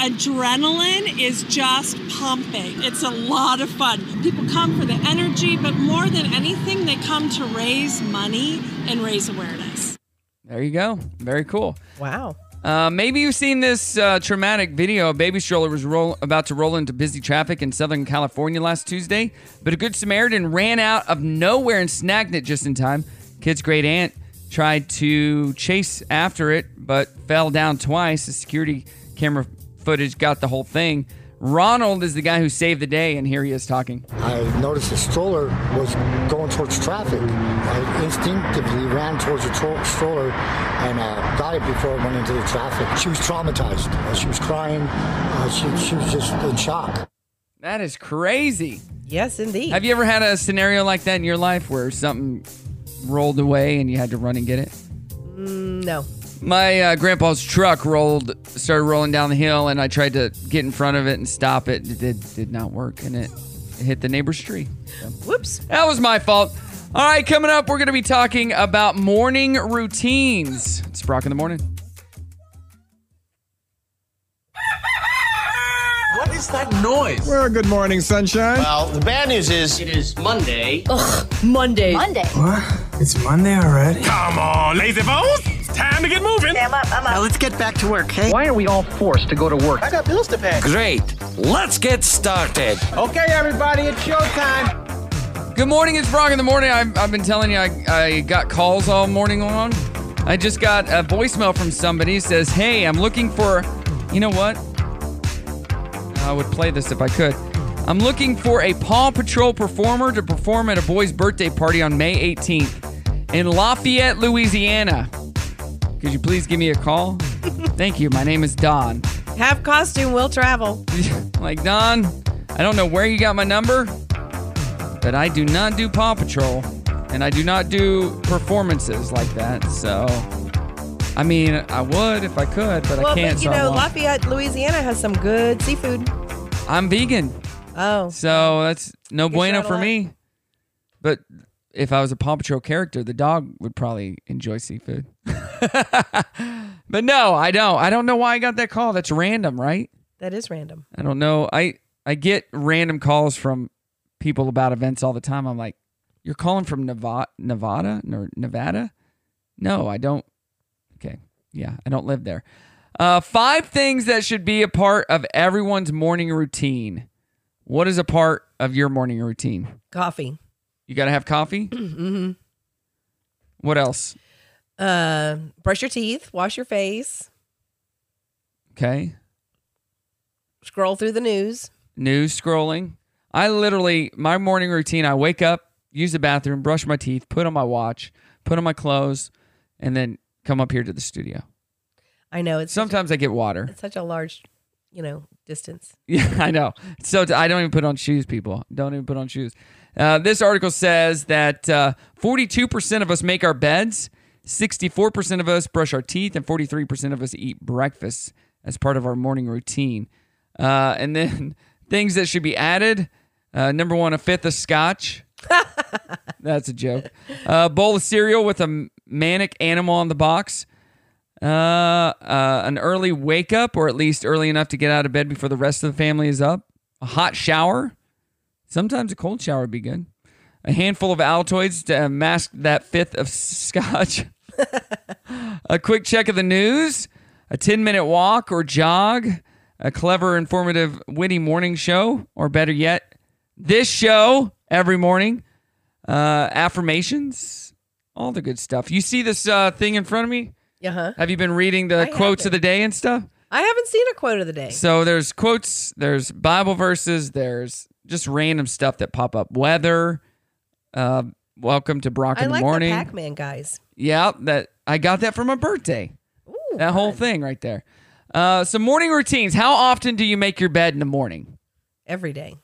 M: adrenaline is just pumping. It's a lot of fun. People come for the energy, but more than anything, they come to raise money and raise awareness.
A: There you go. Very cool.
C: Wow.
A: Uh, maybe you've seen this uh, traumatic video. A baby stroller was roll- about to roll into busy traffic in Southern California last Tuesday, but a good Samaritan ran out of nowhere and snagged it just in time. Kid's great aunt tried to chase after it, but fell down twice. The security camera footage got the whole thing. Ronald is the guy who saved the day, and here he is talking.
N: I noticed the stroller was going towards traffic. I instinctively ran towards the tro- stroller and uh, got it before it went into the traffic. She was traumatized. Uh, she was crying. Uh, she, she was just in shock.
A: That is crazy.
C: Yes, indeed.
A: Have you ever had a scenario like that in your life where something rolled away and you had to run and get it?
C: Mm, no.
A: My uh, grandpa's truck rolled, started rolling down the hill, and I tried to get in front of it and stop it. It did, did not work, and it, it hit the neighbor's tree.
C: Whoops.
A: That was my fault. All right, coming up, we're going to be talking about morning routines. It's Brock in the morning.
B: What is that noise? Well, good morning, sunshine. Well, the bad news is it is Monday. Ugh, Monday. Monday.
K: What? It's Monday already?
J: Come on, lazy bones. It's time to get moving. I'm up, I'm up. Now let's get back to work, hey? Why are we all forced to go to work?
B: I got bills to pay.
J: Great. Let's get started.
B: Okay, everybody, it's showtime.
A: Good morning, it's Brock in the morning. I've, I've been telling you, I, I got calls all morning long. I just got a voicemail from somebody says, Hey, I'm looking for, you know what? I would play this if I could. I'm looking for a Paw Patrol performer to perform at a boy's birthday party on May 18th in Lafayette, Louisiana. Could you please give me a call? Thank you. My name is Don.
C: Have costume, will travel.
A: Like, Don, I don't know where you got my number, but I do not do Paw Patrol and I do not do performances like that. So, I mean, I would if I could, but
C: well,
A: I can't.
C: but
A: so
C: you
A: I
C: know,
A: won't.
C: Lafayette, Louisiana has some good seafood.
A: I'm vegan.
C: Oh.
A: So that's no
C: Gets you
A: bueno
C: out of
A: for
C: luck.
A: me. But if I was a Paw Patrol character, the dog would probably enjoy seafood. but no, I don't. I don't know why I got that call. That's random, right?
C: That is random.
A: I don't know. I I get random calls from people about events all the time. I'm like, you're calling from Nevada, Nevada or Nevada? No, I don't. Okay, yeah, I don't live there. Uh, five things that should be a part of everyone's morning routine. What is a part of your morning routine?
C: Coffee.
A: You got to have coffee.
C: mm-hmm.
A: What else?
C: Uh, brush your teeth, wash your face,
A: Okay.
C: scroll through the news.
A: News scrolling. I literally, my morning routine, I wake up, use the bathroom, brush my teeth, put on my watch, put on my clothes, and then come up here to the studio.
C: I know it's
A: Sometimes I get water.
C: it's such a large, you know, distance.
A: Yeah, I know. So t- I don't even put on shoes, people. Don't even put on shoes. Uh, this article says that uh, 42% of us make our beds, 64% of us brush our teeth, and 43% of us eat breakfast as part of our morning routine. Uh, and then things that should be added uh, number one, a fifth of scotch. That's a joke. A bowl of cereal with a manic animal on the box. Uh, uh, an early wake up, or at least early enough to get out of bed before the rest of the family is up. A hot shower. Sometimes a cold shower would be good. A handful of Altoids to uh, mask that fifth of scotch. a quick check of the news. A 10 minute walk or jog. A clever, informative, witty morning show. Or better yet, this show every morning. Uh, affirmations. All the good stuff. You see this uh, thing in front of me?
C: Uh huh.
A: Have you been reading the
C: I
A: quotes of the day and stuff?
C: I haven't seen a quote of the day.
A: So there's quotes, there's Bible verses, there's just random stuff that pop up. Weather, uh, welcome to Brock
C: I
A: in the
C: like
A: morning.
C: the Pac-Man guys.
A: yeah, that I got that for my birthday. that whole thing right there. Uh, so morning routines. How often do you make your bed in the morning?
C: Every day.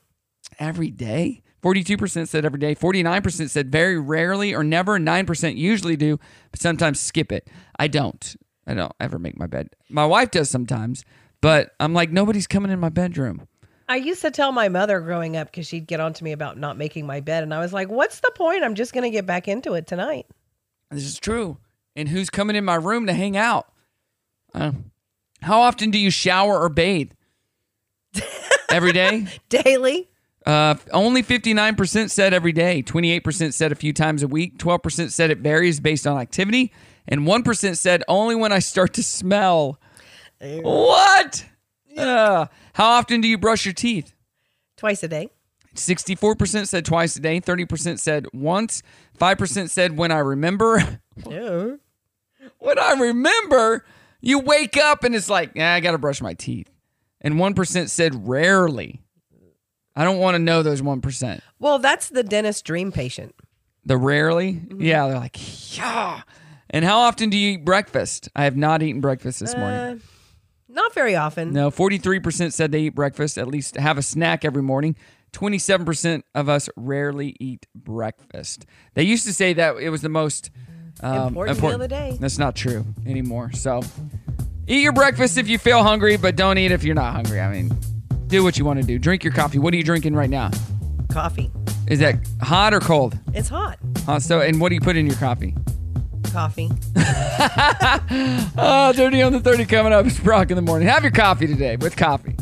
A: Every day. Forty-two percent said every day. Forty-nine percent said very rarely or never. Nine percent usually do, but sometimes skip it. I don't. I don't ever make my bed. My wife does sometimes, but I'm like nobody's coming in my bedroom.
C: I used to tell my mother growing up because she'd get on to me about not making my bed, and I was like, "What's the point? I'm just going to get back into it tonight."
A: This is true. And who's coming in my room to hang out? Uh, how often do you shower or bathe? every day?
C: Daily.
A: Uh, only 59% said every day. 28% said a few times a week. 12% said it varies based on activity. And 1% said only when I start to smell. What? Uh, how often do you brush your teeth?
C: Twice a day.
A: 64% said twice a day. 30% said once. 5% said when I remember.
C: Yeah.
A: when I remember, you wake up and it's like, "Nah, I got to brush my teeth. And 1% said rarely. I don't want to know those 1%.
C: Well, that's the dentist dream patient.
A: The rarely?
C: Mm-hmm.
A: Yeah, they're like, yeah. And how often do you eat breakfast? I have not eaten breakfast this morning.
C: Uh, not very often.
A: No, 43% said they eat breakfast, at least have a snack every morning. 27% of us rarely eat breakfast. They used to say that it was the most um,
C: Important meal of the day.
A: That's not true anymore. So eat your breakfast if you feel hungry, but don't eat if you're not hungry. I mean, do what you want to do. Drink your coffee. What are you drinking right now?
C: Coffee.
A: Is that hot or cold?
C: It's hot.
A: Uh, so, and what do you put in your coffee?
C: Coffee.
A: Uh, 30 on the 30 coming up. It's Brock in the morning. Have your coffee today with coffee.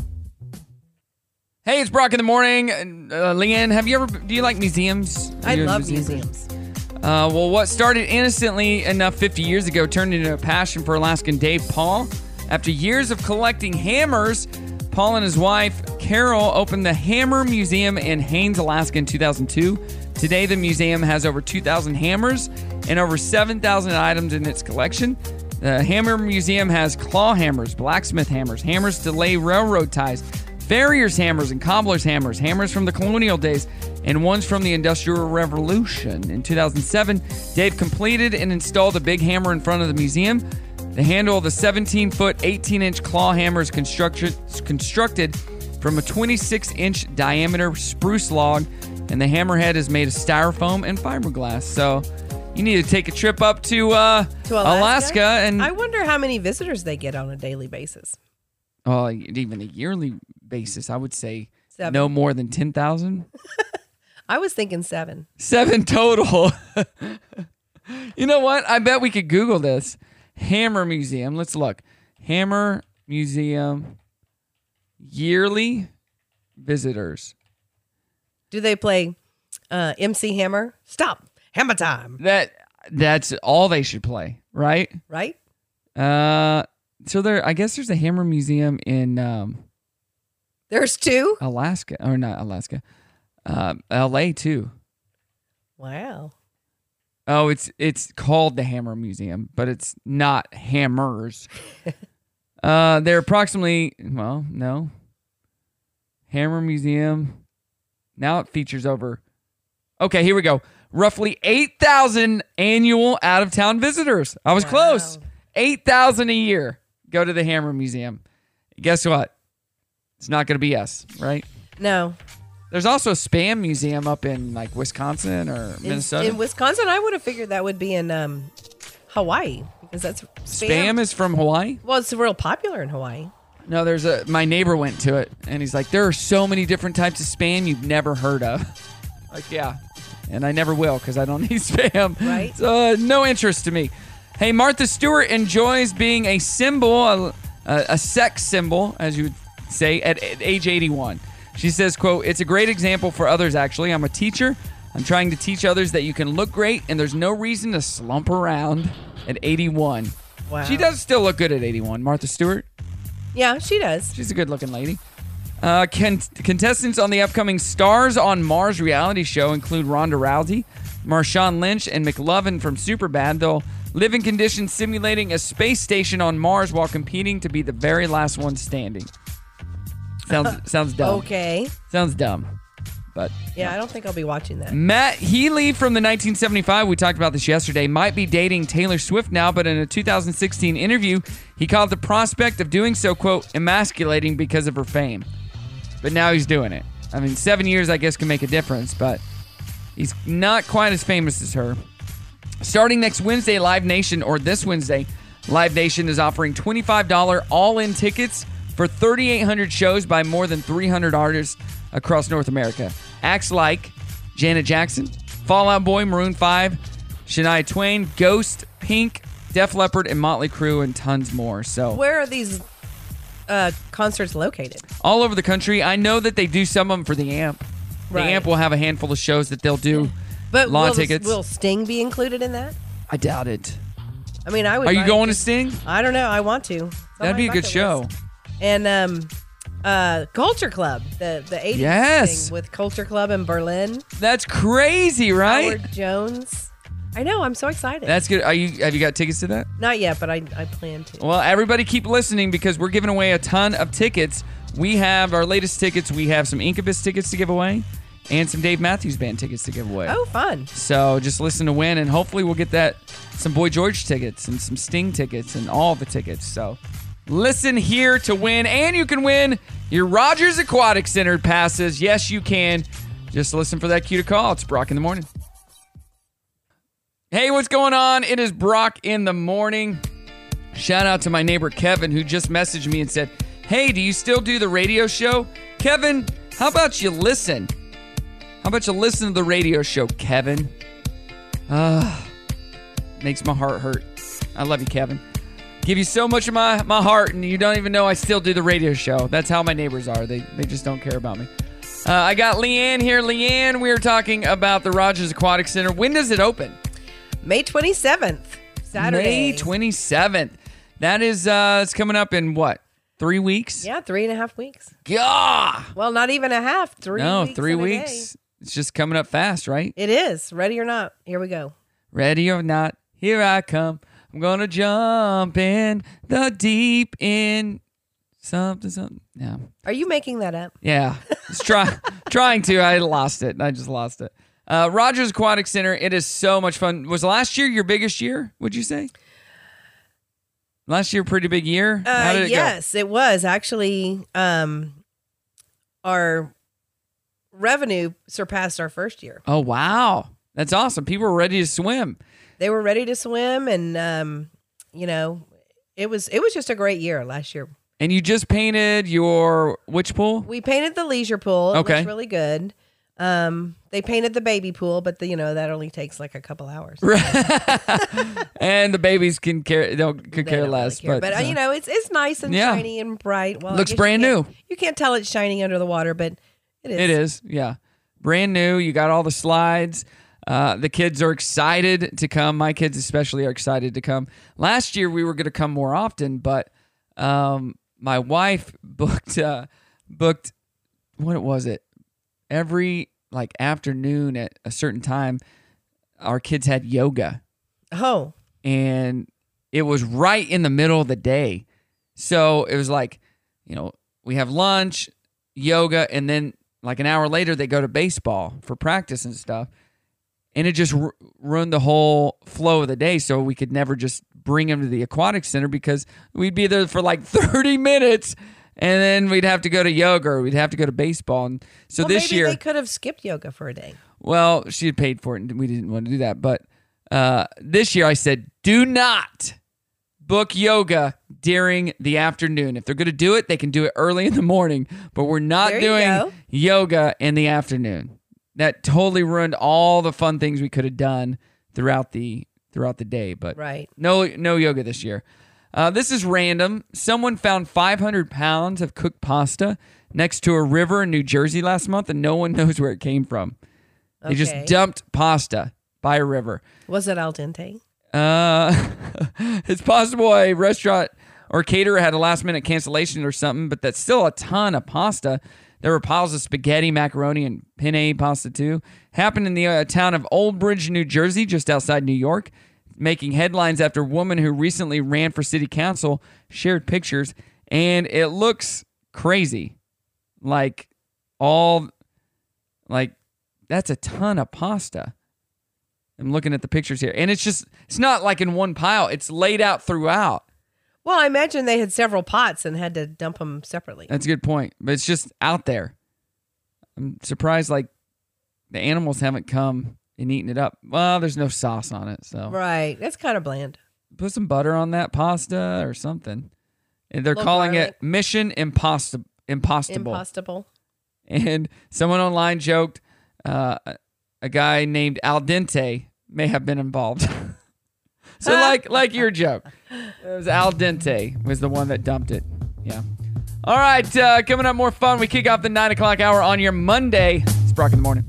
A: Hey, it's Brock in the morning. Uh, Leanne, have you ever, do you like museums?
C: I
A: Are you a
C: love
A: museum person?
C: museums.
A: Uh, well, what started innocently enough 50 years ago turned into a passion for Alaskan Dave Paul. After years of collecting hammers, Paul and his wife Carol opened the Hammer Museum in Haines, Alaska in 2002. Today, the museum has over 2,000 hammers and over 7,000 items in its collection. The Hammer Museum has claw hammers, blacksmith hammers, hammers to lay railroad ties, farriers hammers and cobblers hammers, hammers from the colonial days, and ones from the Industrial Revolution. In 2007, Dave completed and installed a big hammer in front of the museum. The handle of the 17 foot, 18 inch claw hammer is constructed, constructed from a 26 inch diameter spruce log, and the hammerhead is made of styrofoam and fiberglass. So you need to take a trip up to, uh,
C: To Alaska.
A: and
C: I wonder how many visitors they get on a daily basis.
A: Oh, even a yearly basis, I would say
C: Seven.
A: no more than 10,000.
C: I was thinking seven.
A: Seven total. you know what? I bet we could Google this. Hammer Museum. Let's look. Hammer Museum yearly visitors.
C: Do they play uh, MC Hammer? Stop. Hammer time.
A: That that's all they should play, right?
C: Right?
A: Uh So there, I guess there's a hammer museum in um,
C: There's two.
A: Alaska or not Alaska, uh, L.A. too.
C: Wow.
A: Oh, it's it's called the Hammer Museum, but it's not hammers. uh, they're approximately well, no. Hammer Museum. Now it features over. Okay, here we go. Roughly eight thousand annual out of town visitors. I was close. Eight thousand a year go to the Hammer Museum. Guess what? It's not going to be us, right?
C: No.
A: There's also a spam museum up in like Wisconsin or
C: In-
A: Minnesota.
C: In, Wisconsin, I would have figured that would be in um, Hawaii because that's spam.
A: Spam is from Hawaii.
C: Well, it's real popular in Hawaii.
A: No, there's a my neighbor went to it and he's like, there are so many different types of spam you've never heard of, Like, yeah. and I never will because I don't need spam. Right? So uh, no interest to me. Hey, Martha Stewart enjoys being a symbol, a, a, a sex symbol, as you would say, at, at age 81. She says, "quote It's a great example for others. Actually, I'm a teacher. I'm trying to teach others that you can look great, and there's no reason to slump around at 81."
C: Wow.
A: She does still look good at 81, Martha Stewart.
C: Yeah, she does.
A: She's a good looking lady. Uh, con- contestants on the upcoming Stars on Mars reality show include Ronda Rousey, Marshawn Lynch, and McLovin from Superbad. They'll live in conditions simulating a space station on Mars while competing to be the very last one standing. Sounds sounds dumb.
C: Okay.
A: Sounds dumb, but
C: Yeah, I don't think I'll be watching that.
A: Matt Healy from the 1975, we talked about this yesterday, might be dating Taylor Swift now, but in a 2016 interview, he called the prospect of doing so, quote, emasculating because of her fame. But now he's doing it. I mean, seven years, I guess, can make a difference, but he's not quite as famous as her. Starting next Wednesday, Live Nation, or this Wednesday, Live Nation is offering $25 all in tickets for 3,800 shows by more than 300 artists across North America. Acts like Janet Jackson, Fallout Boy, Maroon 5, Shania Twain, Ghost, Pink, Def Leppard, and Motley Crue, and tons more. So
C: Where are these uh, concerts located?
A: all over the country. I know that they do some of them for the AMP.
C: Right.
A: The AMP will have a handful of shows that they'll do.
C: But
A: lawn
C: will, the-
A: tickets.
C: will Sting be included in that?
A: I doubt it.
C: I mean, I would.
A: Are you
C: like
A: going to Sting?
C: I don't know. I want to. It's on
A: That'd
C: my
A: be a good
C: bucket
A: show.
C: list. And um, uh, Culture Club, the the eighties
A: Yes.
C: thing with Culture Club in Berlin.
A: That's crazy, right?
C: Howard Jones. I know. I'm so excited.
A: That's good. Are you have you got tickets to that?
C: Not yet, but I I plan to.
A: Well, everybody keep listening because we're giving away a ton of tickets. We have our latest tickets. We have some Incubus tickets to give away and some Dave Matthews Band tickets to give away.
C: Oh, fun.
A: So just listen to win, and hopefully we'll get that some Boy George tickets and some Sting tickets and all the tickets. So listen here to win, and you can win your Rogers Aquatic Center passes. Yes, you can. Just listen for that cue to call. It's Brock in the morning. Hey, what's going on? It is Brock in the morning. Shout out to my neighbor Kevin who just messaged me and said, Hey, do you still do the radio show? Kevin, how about you listen? How about you listen to the radio show, Kevin? Ah, makes my heart hurt. I love you, Kevin. Give you so much of my, my heart, and you don't even know I still do the radio show. That's how my neighbors are. They, they just don't care about me. Uh, I got Leanne here. Leanne, we are talking about the Rogers Aquatic Center. When does it open?
C: May 27th,
A: May
C: Saturday.
A: 27th. That is uh it's coming up in what? 3 weeks?
C: Yeah, three and a half weeks.
A: Gah!
C: Well, not even a half. Three.
A: no,
C: weeks
A: 3
C: and a day.
A: weeks. It's just coming up fast, right?
C: It is. Ready or not? Here we go.
A: Ready or not, here I come. I'm going to jump in the deep in something something. Yeah.
C: Are you making that up?
A: Yeah. It's try, trying to. I lost it. I just lost it. Uh, Rogers Aquatic Center. It is so much fun. Was last year your biggest year? Would you say? Last year, pretty big year. How
C: Uh,
A: did it go?
C: yes, it was actually um, our revenue surpassed our first year.
A: Oh wow, that's awesome! People are ready to swim.
C: They were ready to swim, and um, you know, it was it was just a great year last year.
A: And you just painted your witch pool.
C: We painted the leisure pool. It looks
A: Okay.
C: really good. Um, they painted the baby pool, but the, you know that only takes like a couple hours.
A: and the babies can care don't could care less.
C: But,
A: but
C: uh, you know, it's it's nice and
A: Yeah.
C: shiny and bright. Well, I
A: Looks
C: guess you
A: brand
C: can't-
A: new.
C: You can't tell it's shining under the water, but it is.
A: It is, yeah. Brand new. You got all the slides. Uh, the kids are excited to come. My kids, especially, are excited to come. Last year, we were going to come more often, but um, my wife booked uh, booked what was it? Every like afternoon at a certain time, our kids had yoga.
C: Oh,
A: and it was right in the middle of the day, so it was like, you know, we have lunch, yoga, and then like an hour later they go to baseball for practice and stuff and it just ru- ruined the whole flow of the day. So we could never just bring him to the aquatic center because we'd be there for like 30 minutes, and then we'd have to go to yoga or we'd have to go to baseball. And so
C: Well,
A: this
C: maybe
A: year,
C: they could have skipped yoga for a day.
A: well, she had paid for it, and we didn't want to do that. But uh, this year, I said, do not book yoga during the afternoon. If they're going to do it, they can do it early in the morning. But we're not
C: There you
A: doing
C: go.
A: yoga in the afternoon. That totally ruined all the fun things we could have done throughout the throughout the day. But
C: Right.
A: no, no yoga this year. Uh, this is random. Someone found 500 pounds of cooked pasta next to a river in New Jersey last month, and no one knows where it came from. They
C: Okay.
A: just dumped pasta by a river.
C: Was it al dente?
A: Uh, it's possible a restaurant or caterer had a last minute cancellation or something, but that's still a ton of pasta. There were piles of spaghetti, macaroni, and penne pasta too. Happened in the uh, town of Old Bridge, New Jersey, just outside New York, making headlines after a woman who recently ran for city council shared pictures, and it looks crazy. Like all, like that's a ton of pasta. I'm looking at the pictures here, and it's just it's not like in one pile. It's laid out throughout.
C: Well, I imagine they had several pots and had to dump them separately.
A: That's a good point, but it's just out there. I'm surprised like the animals haven't come and eaten it up. Well, there's no sauce on it, so
C: Right. That's kind of bland.
A: put some butter on that pasta or something. And they're
C: Little
A: calling
C: garlic.
A: it Mission Impossible. Impossible.
C: Impossible.
A: And someone online joked uh, a guy named Al Dente may have been involved. so like like your joke, it was Al Dente was the one that dumped it. Yeah. All right, uh, coming up more fun. We kick off the nine o'clock hour on your Monday. It's Brock in the morning.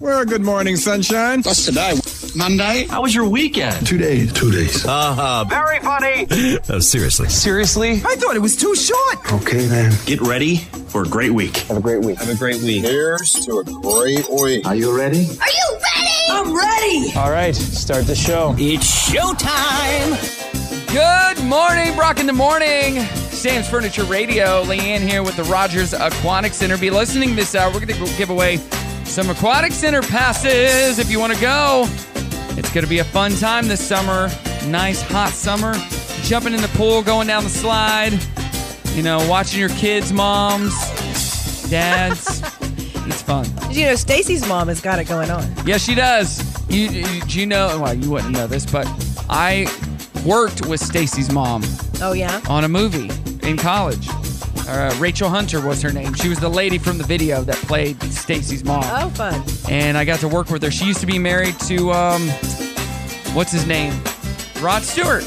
K: Well, good morning, sunshine. What's today? Monday. How was your weekend? Two days. Two days.
O: Uh-huh. Very funny. oh, seriously. Seriously? I thought it was too short.
H: Okay, man.
O: Get ready for a great week. Have a great week. Have a great week. Here's to a great week. Are you ready?
P: Are you ready? I'm ready.
O: All right, start the show. It's
A: Showtime. Good morning, Brock in the morning. Sam's Furniture Radio. Leanne here with the Rogers Aquatic Center. Be listening this hour. We're going to give away some Aquatic Center passes if you want to go. It's going to be a fun time this summer. Nice hot summer. Jumping in the pool, going down the slide. You know, watching your kids, moms, dads. it's fun.
C: You know, Stacy's mom has got it going on.
A: Yeah, she does. You, you, do you know? Well, you wouldn't know this, but I worked with Stacy's mom
C: Oh yeah.
A: on a movie in college. Uh, Rachel Hunter was her name. She was the lady from the video that played Stacy's mom,
C: Oh fun.
A: and I got to work with her. She used to be married to um, what's his name, Rod Stewart.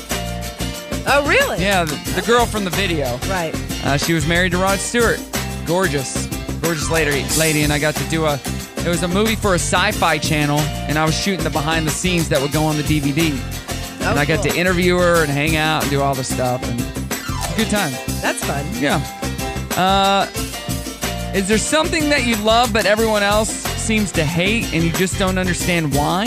C: Oh really?
A: Yeah, the, the girl from the video.
C: Right.
A: Uh, she was married to Rod Stewart. Gorgeous, gorgeous lady, lady, and I got to do a. It was a movie for a sci-fi channel, and I was shooting the behind the scenes that would go on the DVD.
C: Oh,
A: and I got
C: cool.
A: to interview her and hang out and do all this stuff, and it's a good time.
C: That's fun.
A: Yeah. Uh, is there something that you love but everyone else seems to hate and you just don't understand why?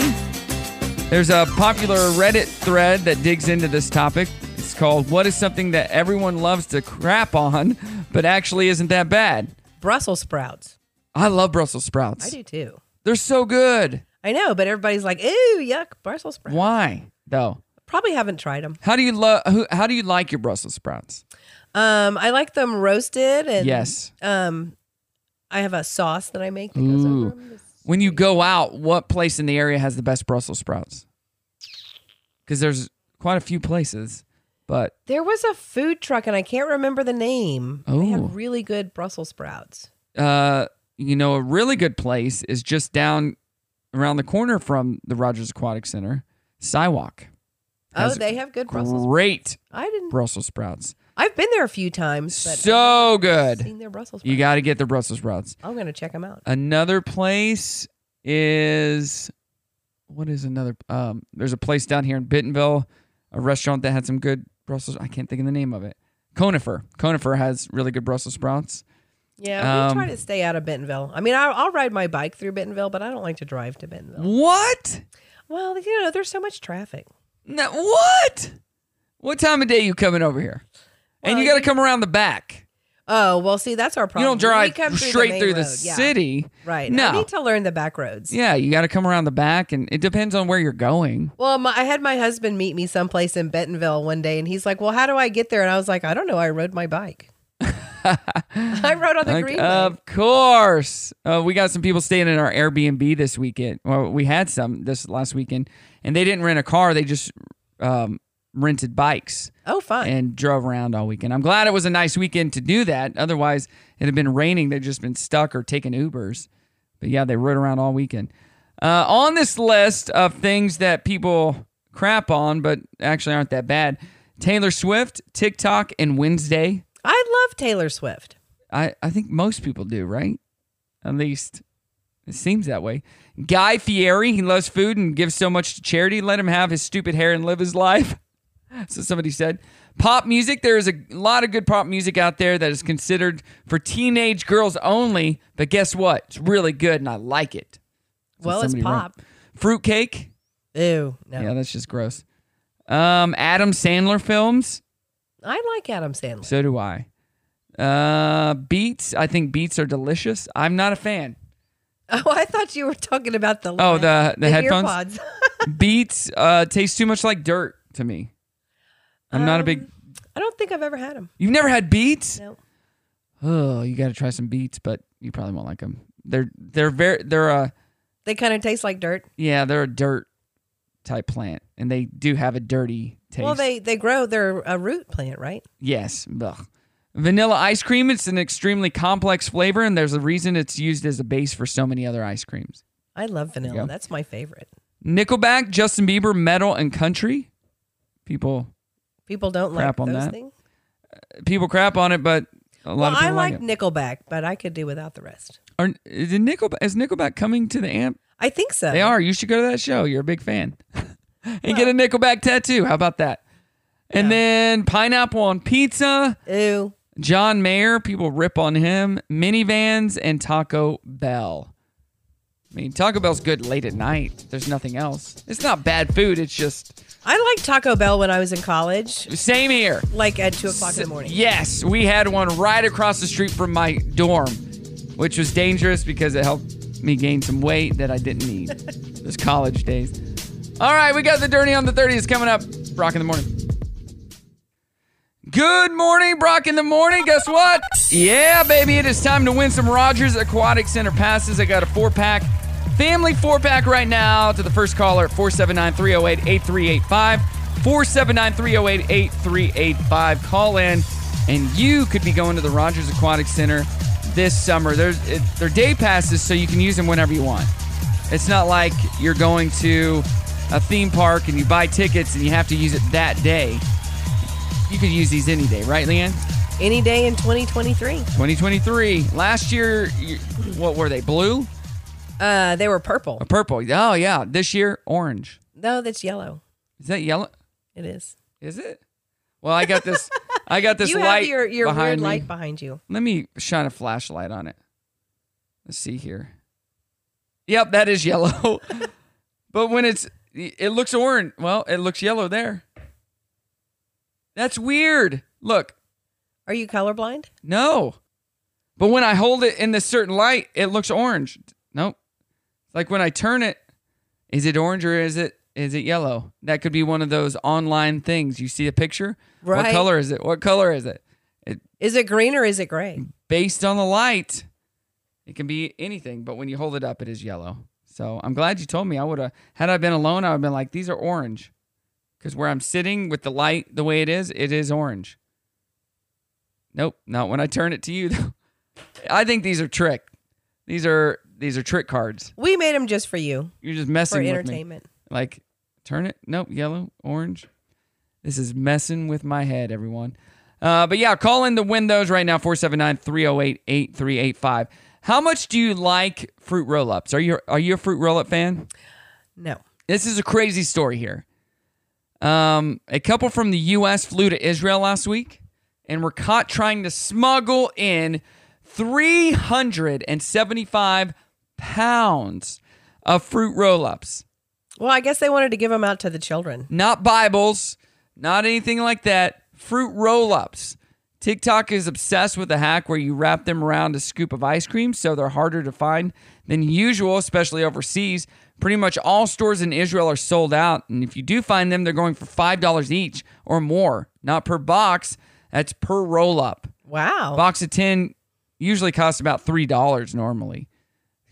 A: There's a popular Reddit thread that digs into this topic. It's called What is Something That Everyone Loves to Crap On But Actually Isn't That Bad?
C: Brussels sprouts.
A: I love Brussels sprouts.
C: I do too.
A: They're so good.
C: I know, but everybody's like, "Ooh, yuck, Brussels sprouts."
A: Why though?
C: Probably haven't tried them.
A: How do you love who how do you like your Brussels sprouts?
C: Um, I like them roasted and
A: Yes. Mm.
C: Um, I have a sauce that I make.
A: Ooh. When you go out, what place in the area has the best Brussels sprouts? Because there's quite a few places, but
C: There was a food truck and I can't remember the name. They
A: Ooh.
C: had really good Brussels sprouts.
A: uh, you know, a really good place is just down around the corner from the Rogers Aquatic Center, Siwalk.
C: oh, they have good Brussels.
A: Great
C: I didn't.
A: Brussels sprouts.
C: I've been there a few times, but
A: So good.
C: seen their Brussels
A: You got to get the Brussels sprouts.
C: I'm gonna check them out.
A: Another place is what is another? Um, there's a place down here in Bentonville, a restaurant that had some good Brussels. I can't think of the name of it. Conifer. Conifer has really good Brussels sprouts.
C: Yeah, we
A: Um,
C: try to stay out of Bentonville. I mean, I, I'll ride my bike through Bentonville, but I don't like to drive to Bentonville.
A: What?
C: Well, you know, there's so much traffic.
A: No, what? What time of day you coming over here? and you got to come around the back.
C: Oh well, see that's our problem.
A: You don't drive
C: We come through the
A: straight
C: main
A: through the
C: road, yeah.
A: city.
C: Right. I
A: No.
C: need to learn the back roads.
A: Yeah, you got to come around the back, and it depends on where you're going.
C: Well, my, I had my husband meet me someplace in Bentonville one day, and he's like, "Well, how do I get there?" And I was like, "I don't know. I rode my bike. I rode on the
A: Like, uh,
C: greenway."
A: of course. Uh, we got some people staying in our Airbnb this weekend. Well, we had some this last weekend, and they didn't rent a car. They just um, rented bikes.
C: Oh, fun.
A: And drove around all weekend. I'm glad it was a nice weekend to do that. Otherwise, it had been raining. They'd just been stuck or taking Ubers. But yeah, they rode around all weekend. Uh, on this list of things that people crap on, but actually aren't that bad Taylor Swift, TikTok, and Wednesday.
C: I love Taylor Swift.
A: I, I think most people do, right? At least it seems that way. Guy Fieri, he loves food and gives so much to charity. Let him have his stupid hair and live his life. So somebody said. Pop music, there is a lot of good pop music out there that is considered for teenage girls only, but guess what? It's really good and I like it. So
C: Well, it's
A: somebody wrote-
C: pop.
A: Fruitcake?
C: Ew.
A: Yeah, that's just gross. Um, Adam Sandler films?
C: I like Adam Sandler.
A: So do I. Uh, beets. I think beets are delicious. I'm not a fan.
C: Oh, I thought you were talking about the
A: Oh, the the,
C: ear
A: headphones.
C: pods.
A: beets uh, taste too much like dirt to me. I'm not a big.
C: I don't think I've ever had them.
A: You've never had beets?
C: Nope.
A: Oh, you got to try some beets, but you probably won't like them. They're they're very they're a
C: They kind of taste like dirt.
A: yeah they're a dirt type plant, and they do have a dirty taste.
C: Well, they they grow. They're a root plant, right?
A: Yes. Ugh. Vanilla ice cream, it's an extremely complex flavor, and there's a reason it's used as a base for so many other ice creams.
C: I love
A: you
C: vanilla.
A: go.
C: That's my favorite.
A: Nickelback, Justin Bieber, metal, and country. People
C: People don't
A: crap
C: like
A: on
C: those
A: that.
C: things.
A: People crap on it, but a lot
C: Well,
A: of people
C: I
A: like,
C: like Nickelback, but I could do without the rest.
A: it. Are, is Nickelback is Nickelback coming to the amp?
C: I think so.
A: They are. You should go to that show. You're a big fan. and get a Nickelback tattoo. How about that? And then pineapple on pizza.
C: Ew.
A: John Mayer, people rip on him. Minivans and Taco Bell. I mean, Taco Bell's good late at night. There's nothing else. It's not bad food. It's just
C: I liked Taco Bell when I was in college,
A: same here.
C: like at two o'clock in the morning.
A: Yes, we had one right across the street from my dorm, which was dangerous because it helped me gain some weight that I didn't need. Those college days. All right, we got the Dirty on the 30s coming up. Brock in the morning. Good morning, Brock in the morning. Guess what? Yeah, baby, it is time to win some Rogers Aquatic Center passes. I got a four pack, family four pack right now to the first caller at 479 308 8385. 479 308 8385. Call in, and you could be going to the Rogers Aquatic Center this summer. There's, it, they're day passes, so you can use them whenever you want. It's not like you're going to a theme park and you buy tickets and you have to use it that day. You could use these any day, right, Leanne?
C: Any day in 2023.
A: 2023. Last year, you, what were they? Blue?
C: Uh, they were purple.
A: Or purple? Oh, yeah. This year, orange.
C: No, that's yellow.
A: Is that yellow?
C: It is.
A: Is it? Well, I got this. I got this
C: you
A: light
C: have your, your
A: behind
C: weird
A: me.
C: light behind you.
A: Let me shine a flashlight on it. Let's see here. Yep, that is yellow. but when it's it looks orange. Well, it looks yellow there. That's weird. Look,
C: Are you colorblind?
A: no. But when I hold it in this certain light, it looks orange. Nope. Like when I turn it, is it orange or is it is it yellow? That could be one of those online things. You see a picture? What
C: Right.
A: color is it? What color is it?
C: Is it green or is it gray?
A: based on the light. It can be anything, but when you hold it up, it is yellow. So I'm glad you told me. I would have, had I been alone, I would have been like, these are orange. Because where I'm sitting with the light the way it is, it is orange. Nope, not when I turn it to you, though. I think these are trick. These are these are trick cards.
C: We made them just for you.
A: You're just messing
C: For
A: with
C: entertainment.
A: me. Like, turn it. Nope, yellow, orange. This is messing with my head, everyone. Uh, but yeah, call in to win those right now 479 308 8385. How much do you like fruit roll ups? Are you, are you a fruit roll up fan?
C: No.
A: This is a crazy story here. Um, a couple from the U.S. flew to Israel last week and were caught trying to smuggle in 375 pounds of fruit roll ups.
C: Well, I guess they wanted to give them out to the children.
A: Not Bibles, not anything like that. Fruit roll ups. TikTok is obsessed with a hack where you wrap them around a scoop of ice cream so they're harder to find than usual, especially overseas. Pretty much all stores in Israel are sold out, and if you do find them, they're going for $5 each or more. Not per box, that's per roll up.
C: Wow.
A: Box of 10 usually costs about $3 normally.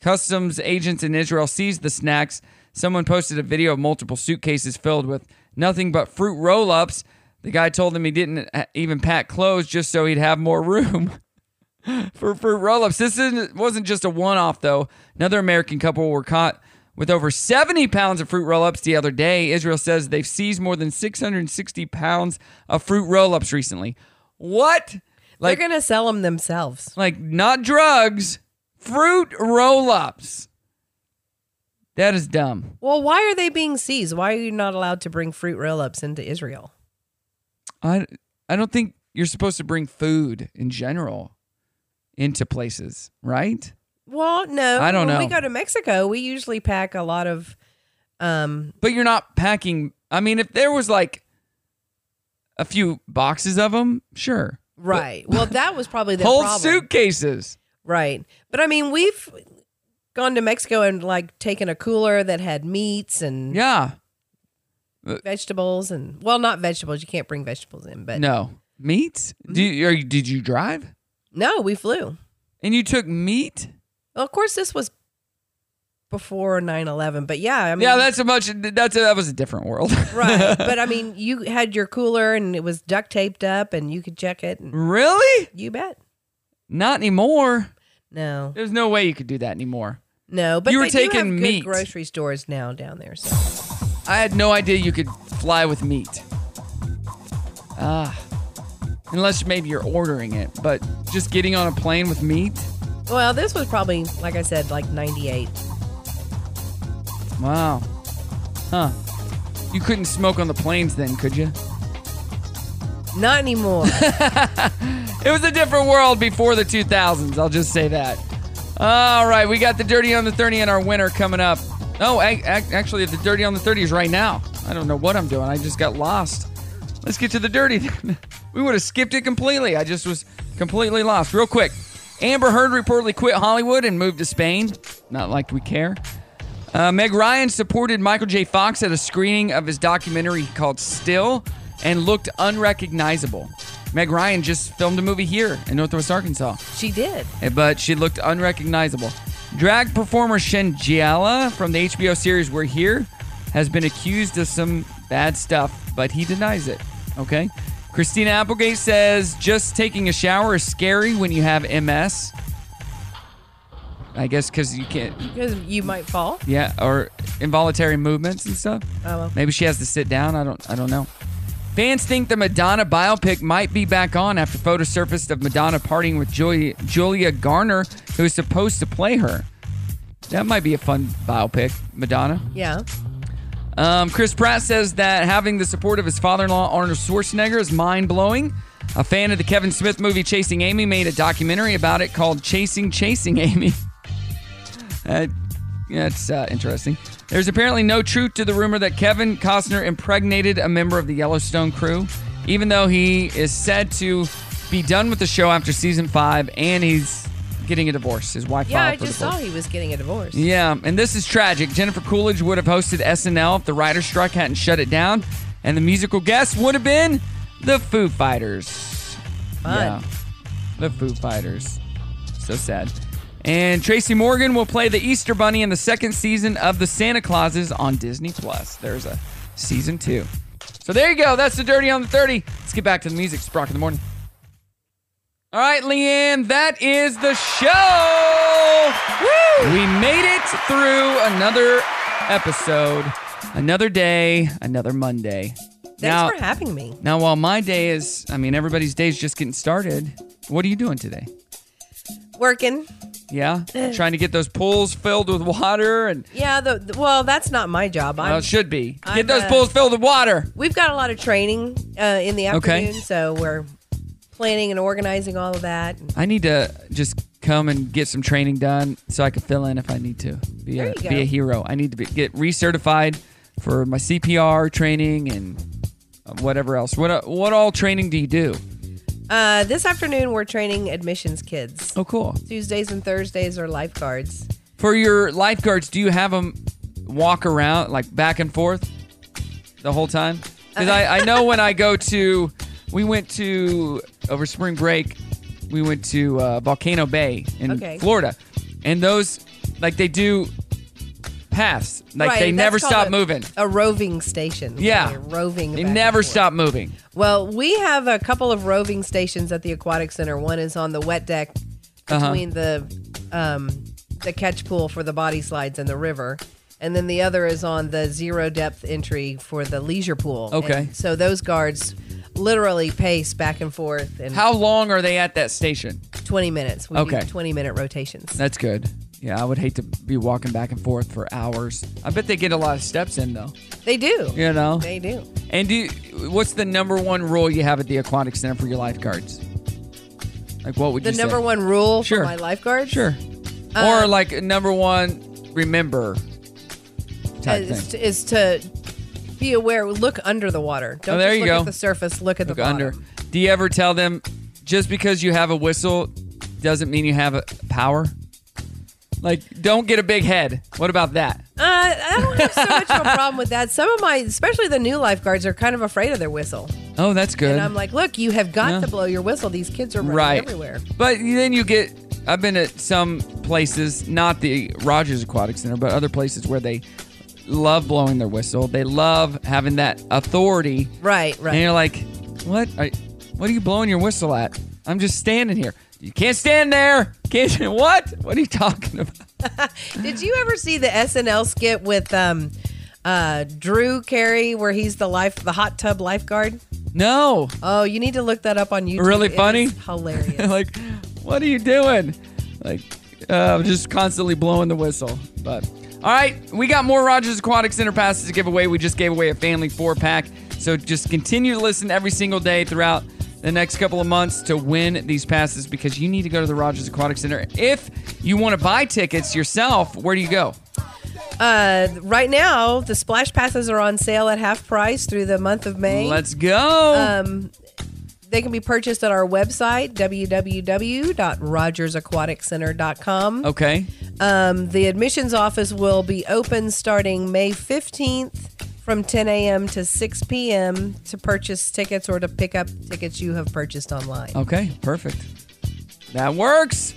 A: Customs agents in Israel seized the snacks. Someone posted a video of multiple suitcases filled with nothing but fruit roll ups. The guy told them he didn't uh, even pack clothes just so he'd have more room for fruit roll ups. This isn't, wasn't just a one off, though. Another American couple were caught with over 70 pounds of fruit roll ups the other day. Israel says they've seized more than 660 pounds of fruit roll ups recently. What?
C: They're going to sell them themselves.
A: Like not drugs, fruit roll-ups. That is dumb.
C: Well, why are they being seized? Why are you not allowed to bring fruit roll ups into Israel?
A: I I don't think you're supposed to bring food in general into places, right?
C: Well, no.
A: I don't
C: when
A: know.
C: we go to Mexico, we usually pack a lot of. Um,
A: But you're not packing. I mean, if there was like a few boxes of them, sure.
C: right. well, that was probably the
A: Whole
C: problem.
A: suitcases.
C: Right. But I mean, we've gone to Mexico and like taken a cooler that had meats and
A: yeah,
C: vegetables and well, not vegetables. You can't bring vegetables in, but
A: no meat. Do you, are you- did you drive?
C: no, we flew.
A: And you took meat?
C: Well, of course, this was before 9-11, but yeah, I mean,
A: yeah, that's a much. That's a, that was a different world.
C: right. But I mean, you had your cooler and it was duct taped up, and you could check it. And
A: really?
C: You bet.
A: Not anymore.
C: No.
A: There's no way you could do that anymore.
C: No, but
A: You were
C: they do have
A: taking
C: good
A: meat.
C: grocery stores now down there. So
A: I had no idea you could fly with meat. Ah. unless maybe you're ordering it, but just getting on a plane with meat?
C: well, this was probably like I said, like ninety eight.
A: Wow. Huh. You couldn't smoke on the planes then, could you?
C: Not anymore.
A: It was a different world before the 2000s, I'll just say that. All right, we got the Dirty on the 30 and our winner coming up. Oh, ac- ac- actually, the Dirty on the 30 is right now. I don't know what I'm doing. I just got lost. Let's get to the Dirty then. We would have skipped it completely. I just was completely lost. Real quick Amber Heard reportedly quit Hollywood and moved to Spain. Not like we care. Uh, Meg Ryan supported Michael J. Fox at a screening of his documentary called Still and looked unrecognizable. Meg Ryan just filmed a movie here in Northwest Arkansas,
C: she did.
A: eh, but she looked unrecognizable. Drag performer Shen Jiala from the HBO series We're Here has been accused of some bad stuff, but he denies it. Okay? Christina Applegate says just taking a shower is scary when you have MS. I guess because you can't,
C: Because you might fall.
A: yeah, or involuntary movements and stuff.
C: Oh, well.
A: Maybe she has to sit down. I don't. I don't know. Fans think the Madonna biopic might be back on after photos surfaced of Madonna partying with Julia, Julia Garner, who is supposed to play her. That might be a fun biopic, Madonna.
C: Yeah.
A: Um, Chris Pratt says that having the support of his father in law, Arnold Schwarzenegger, is mind blowing. A fan of the Kevin Smith movie Chasing Amy made a documentary about it called Chasing Chasing Amy. Uh, that's uh, interesting. There's apparently no truth to the rumor that Kevin Costner impregnated a member of the Yellowstone crew, even though he is said to be done with the show after season five and he's getting a divorce. His wife
C: Yeah,
A: filed
C: I
A: for
C: just
A: divorce.
C: saw he was getting a divorce.
A: Yeah, and this is tragic. Jennifer Coolidge would have hosted SNL if the writer's strike hadn't shut it down, and the musical guest would have been the Foo Fighters.
C: Fun.
A: The Foo Fighters. So sad. And Tracy Morgan will play the Easter Bunny in the second season of The Santa Clauses on Disney Plus. There's a season two. So there you go. That's the Dirty on the 30. Let's get back to the music. Sprock in the morning. All right, Leanne, that is the show. We made it through another episode, another day, another Monday.
C: Thanks for having me.
A: Now, while my day is, I mean, everybody's day is just getting started. What are you doing today?
C: Working.
A: Yeah, trying to get those pools filled with water, and
C: Yeah, the, the- well, that's not my job. I'm,
A: well, it should be. Get
C: I'm,
A: those
C: uh,
A: pools filled with water.
C: We've got a lot of training uh, in the
A: Okay.
C: afternoon, so we're planning and organizing all of that.
A: I need to just come and get some training done so I can fill in if I need to. Be a
C: There you
A: be
C: go.
A: a hero. I need to be, get recertified for my CPR training and whatever else. What uh, what all training do you do?
C: Uh, this afternoon, we're training admissions kids.
A: Oh, cool.
C: Tuesdays and Thursdays are lifeguards.
A: For your lifeguards, do you have them walk around like back and forth the whole time? Because I, I know when I go to, we went to over spring break, we went to uh, Volcano Bay in
C: Okay.
A: Florida, and those like they do paths, like
C: Right,
A: they
C: that's
A: never
C: called
A: stop
C: a-
A: moving.
C: A roving station.
A: Yeah.
C: They're Roving.
A: They
C: back and
A: never
C: forth.
A: stop moving.
C: Well, we have a couple of roving stations at the aquatic center. One is on the wet deck
A: Uh-huh.
C: between the um, the catch pool for the body slides and the river, and then the other is on the zero depth entry for the leisure pool.
A: Okay.
C: And so those guards literally pace back and forth in
A: How long are they at that station?
C: 20 minutes. We
A: Okay.
C: do 20 minute rotations.
A: That's good. Yeah, I would hate to be walking back and forth for hours. I bet they get a lot of steps in though.
C: They do.
A: You know?
C: They do.
A: And do you, what's the number one rule you have at the aquatic center for your lifeguards? Like what would
C: The
A: you
C: number
A: say?
C: one rule
A: Sure.
C: for my lifeguards?
A: Sure.
C: Uh,
A: or like number one remember type
C: is,
A: thing.
C: is to be aware. Look under the water. Don't
A: Oh, there
C: just
A: you
C: look
A: go.
C: at the surface. Look at
A: Look
C: the bottom.
A: under. Do you ever tell them just because you have a whistle doesn't mean you have a power? Like don't get a big head. What about that?
C: Uh, I don't have so much of a problem with that. Some of my, especially the new lifeguards, are kind of afraid of their whistle.
A: Oh, that's good.
C: And I'm like, look, you have got
A: Yeah.
C: to blow your whistle. These kids are running
A: Right.
C: everywhere.
A: But then you get. I've been at some places, not the Rogers Aquatic Center, but other places where they love blowing their whistle. They love having that authority.
C: Right, right.
A: And you're like, what? Are, what are you blowing your whistle at? I'm just standing here. You can't stand there. Can't. What? What are you talking about?
C: Did you ever see the SNL skit with um, uh, Drew Carey where he's the life, the hot tub lifeguard?
A: No.
C: Oh, you need to look that up on YouTube.
A: Really
C: It is
A: funny?
C: hilarious.
A: like, what are you doing? Like, uh, I'm just constantly blowing the whistle. But all right, we got more Rogers Aquatic Center passes to give away. We just gave away a family four pack. So just continue to listen every single day throughout the next couple of months to win these passes because you need to go to the Rogers Aquatic Center. If you want to buy tickets yourself, where do you go?
C: Uh, right now, the splash passes are on sale at half price through the month of May.
A: Let's go.
C: Um, they can be purchased at our website, www.rogersaquaticcenter.com.
A: Okay.
C: Um, the admissions office will be open starting May 15th from 10 a.m. to 6 p.m. to purchase tickets or to pick up tickets you have purchased online.
A: Okay, perfect. That works.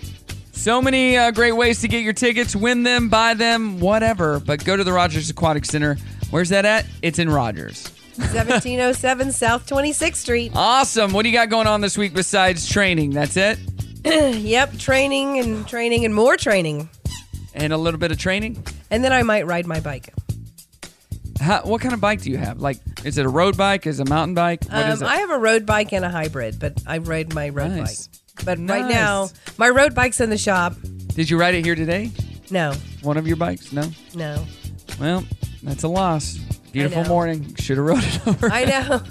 A: So many uh, great ways to get your tickets, win them, buy them, whatever. But go to the Rogers Aquatic Center. Where's that at? It's in Rogers.
C: 1707 South 26th Street.
A: Awesome. What do you got going on this week besides training? That's it?
C: yep, training and training and more training.
A: And a little bit of training?
C: And then I might ride my bike.
A: How, what kind of bike do you have? Like, is it a road bike? Is it a mountain bike? What
C: Um,
A: is it?
C: I have a road bike and a hybrid, but I ride my road
A: Nice.
C: bike. But right
A: Nice.
C: now, my road bike's in the shop.
A: Did you ride it here today?
C: No,
A: One of your bikes? No?
C: no.
A: Well, that's a loss. Beautiful
C: know.
A: morning. Should have rode it over.
C: I know.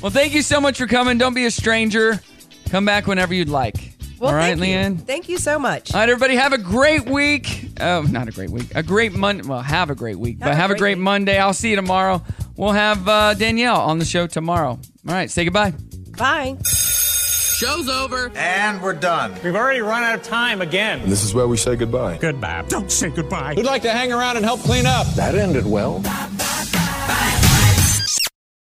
A: Well, thank you so much for coming. Don't be a stranger. Come back whenever you'd like.
C: Well,
A: All right,
C: thank
A: Leanne? Uh,
C: You. Thank you so much.
A: All right, everybody, have a great week. Oh, not a great week. A great Monday. Well, have a great week, but
C: Have a
A: have a
C: great
A: great Monday. I'll see you tomorrow. We'll have uh, Danielle on the show tomorrow. All right, say goodbye.
C: Bye.
B: Show's over. And we're done. We've already run out of time again.
Q: This is where we say goodbye.
B: Goodbye. Don't say goodbye.
Q: Who'd like to hang around and help clean up? That ended well.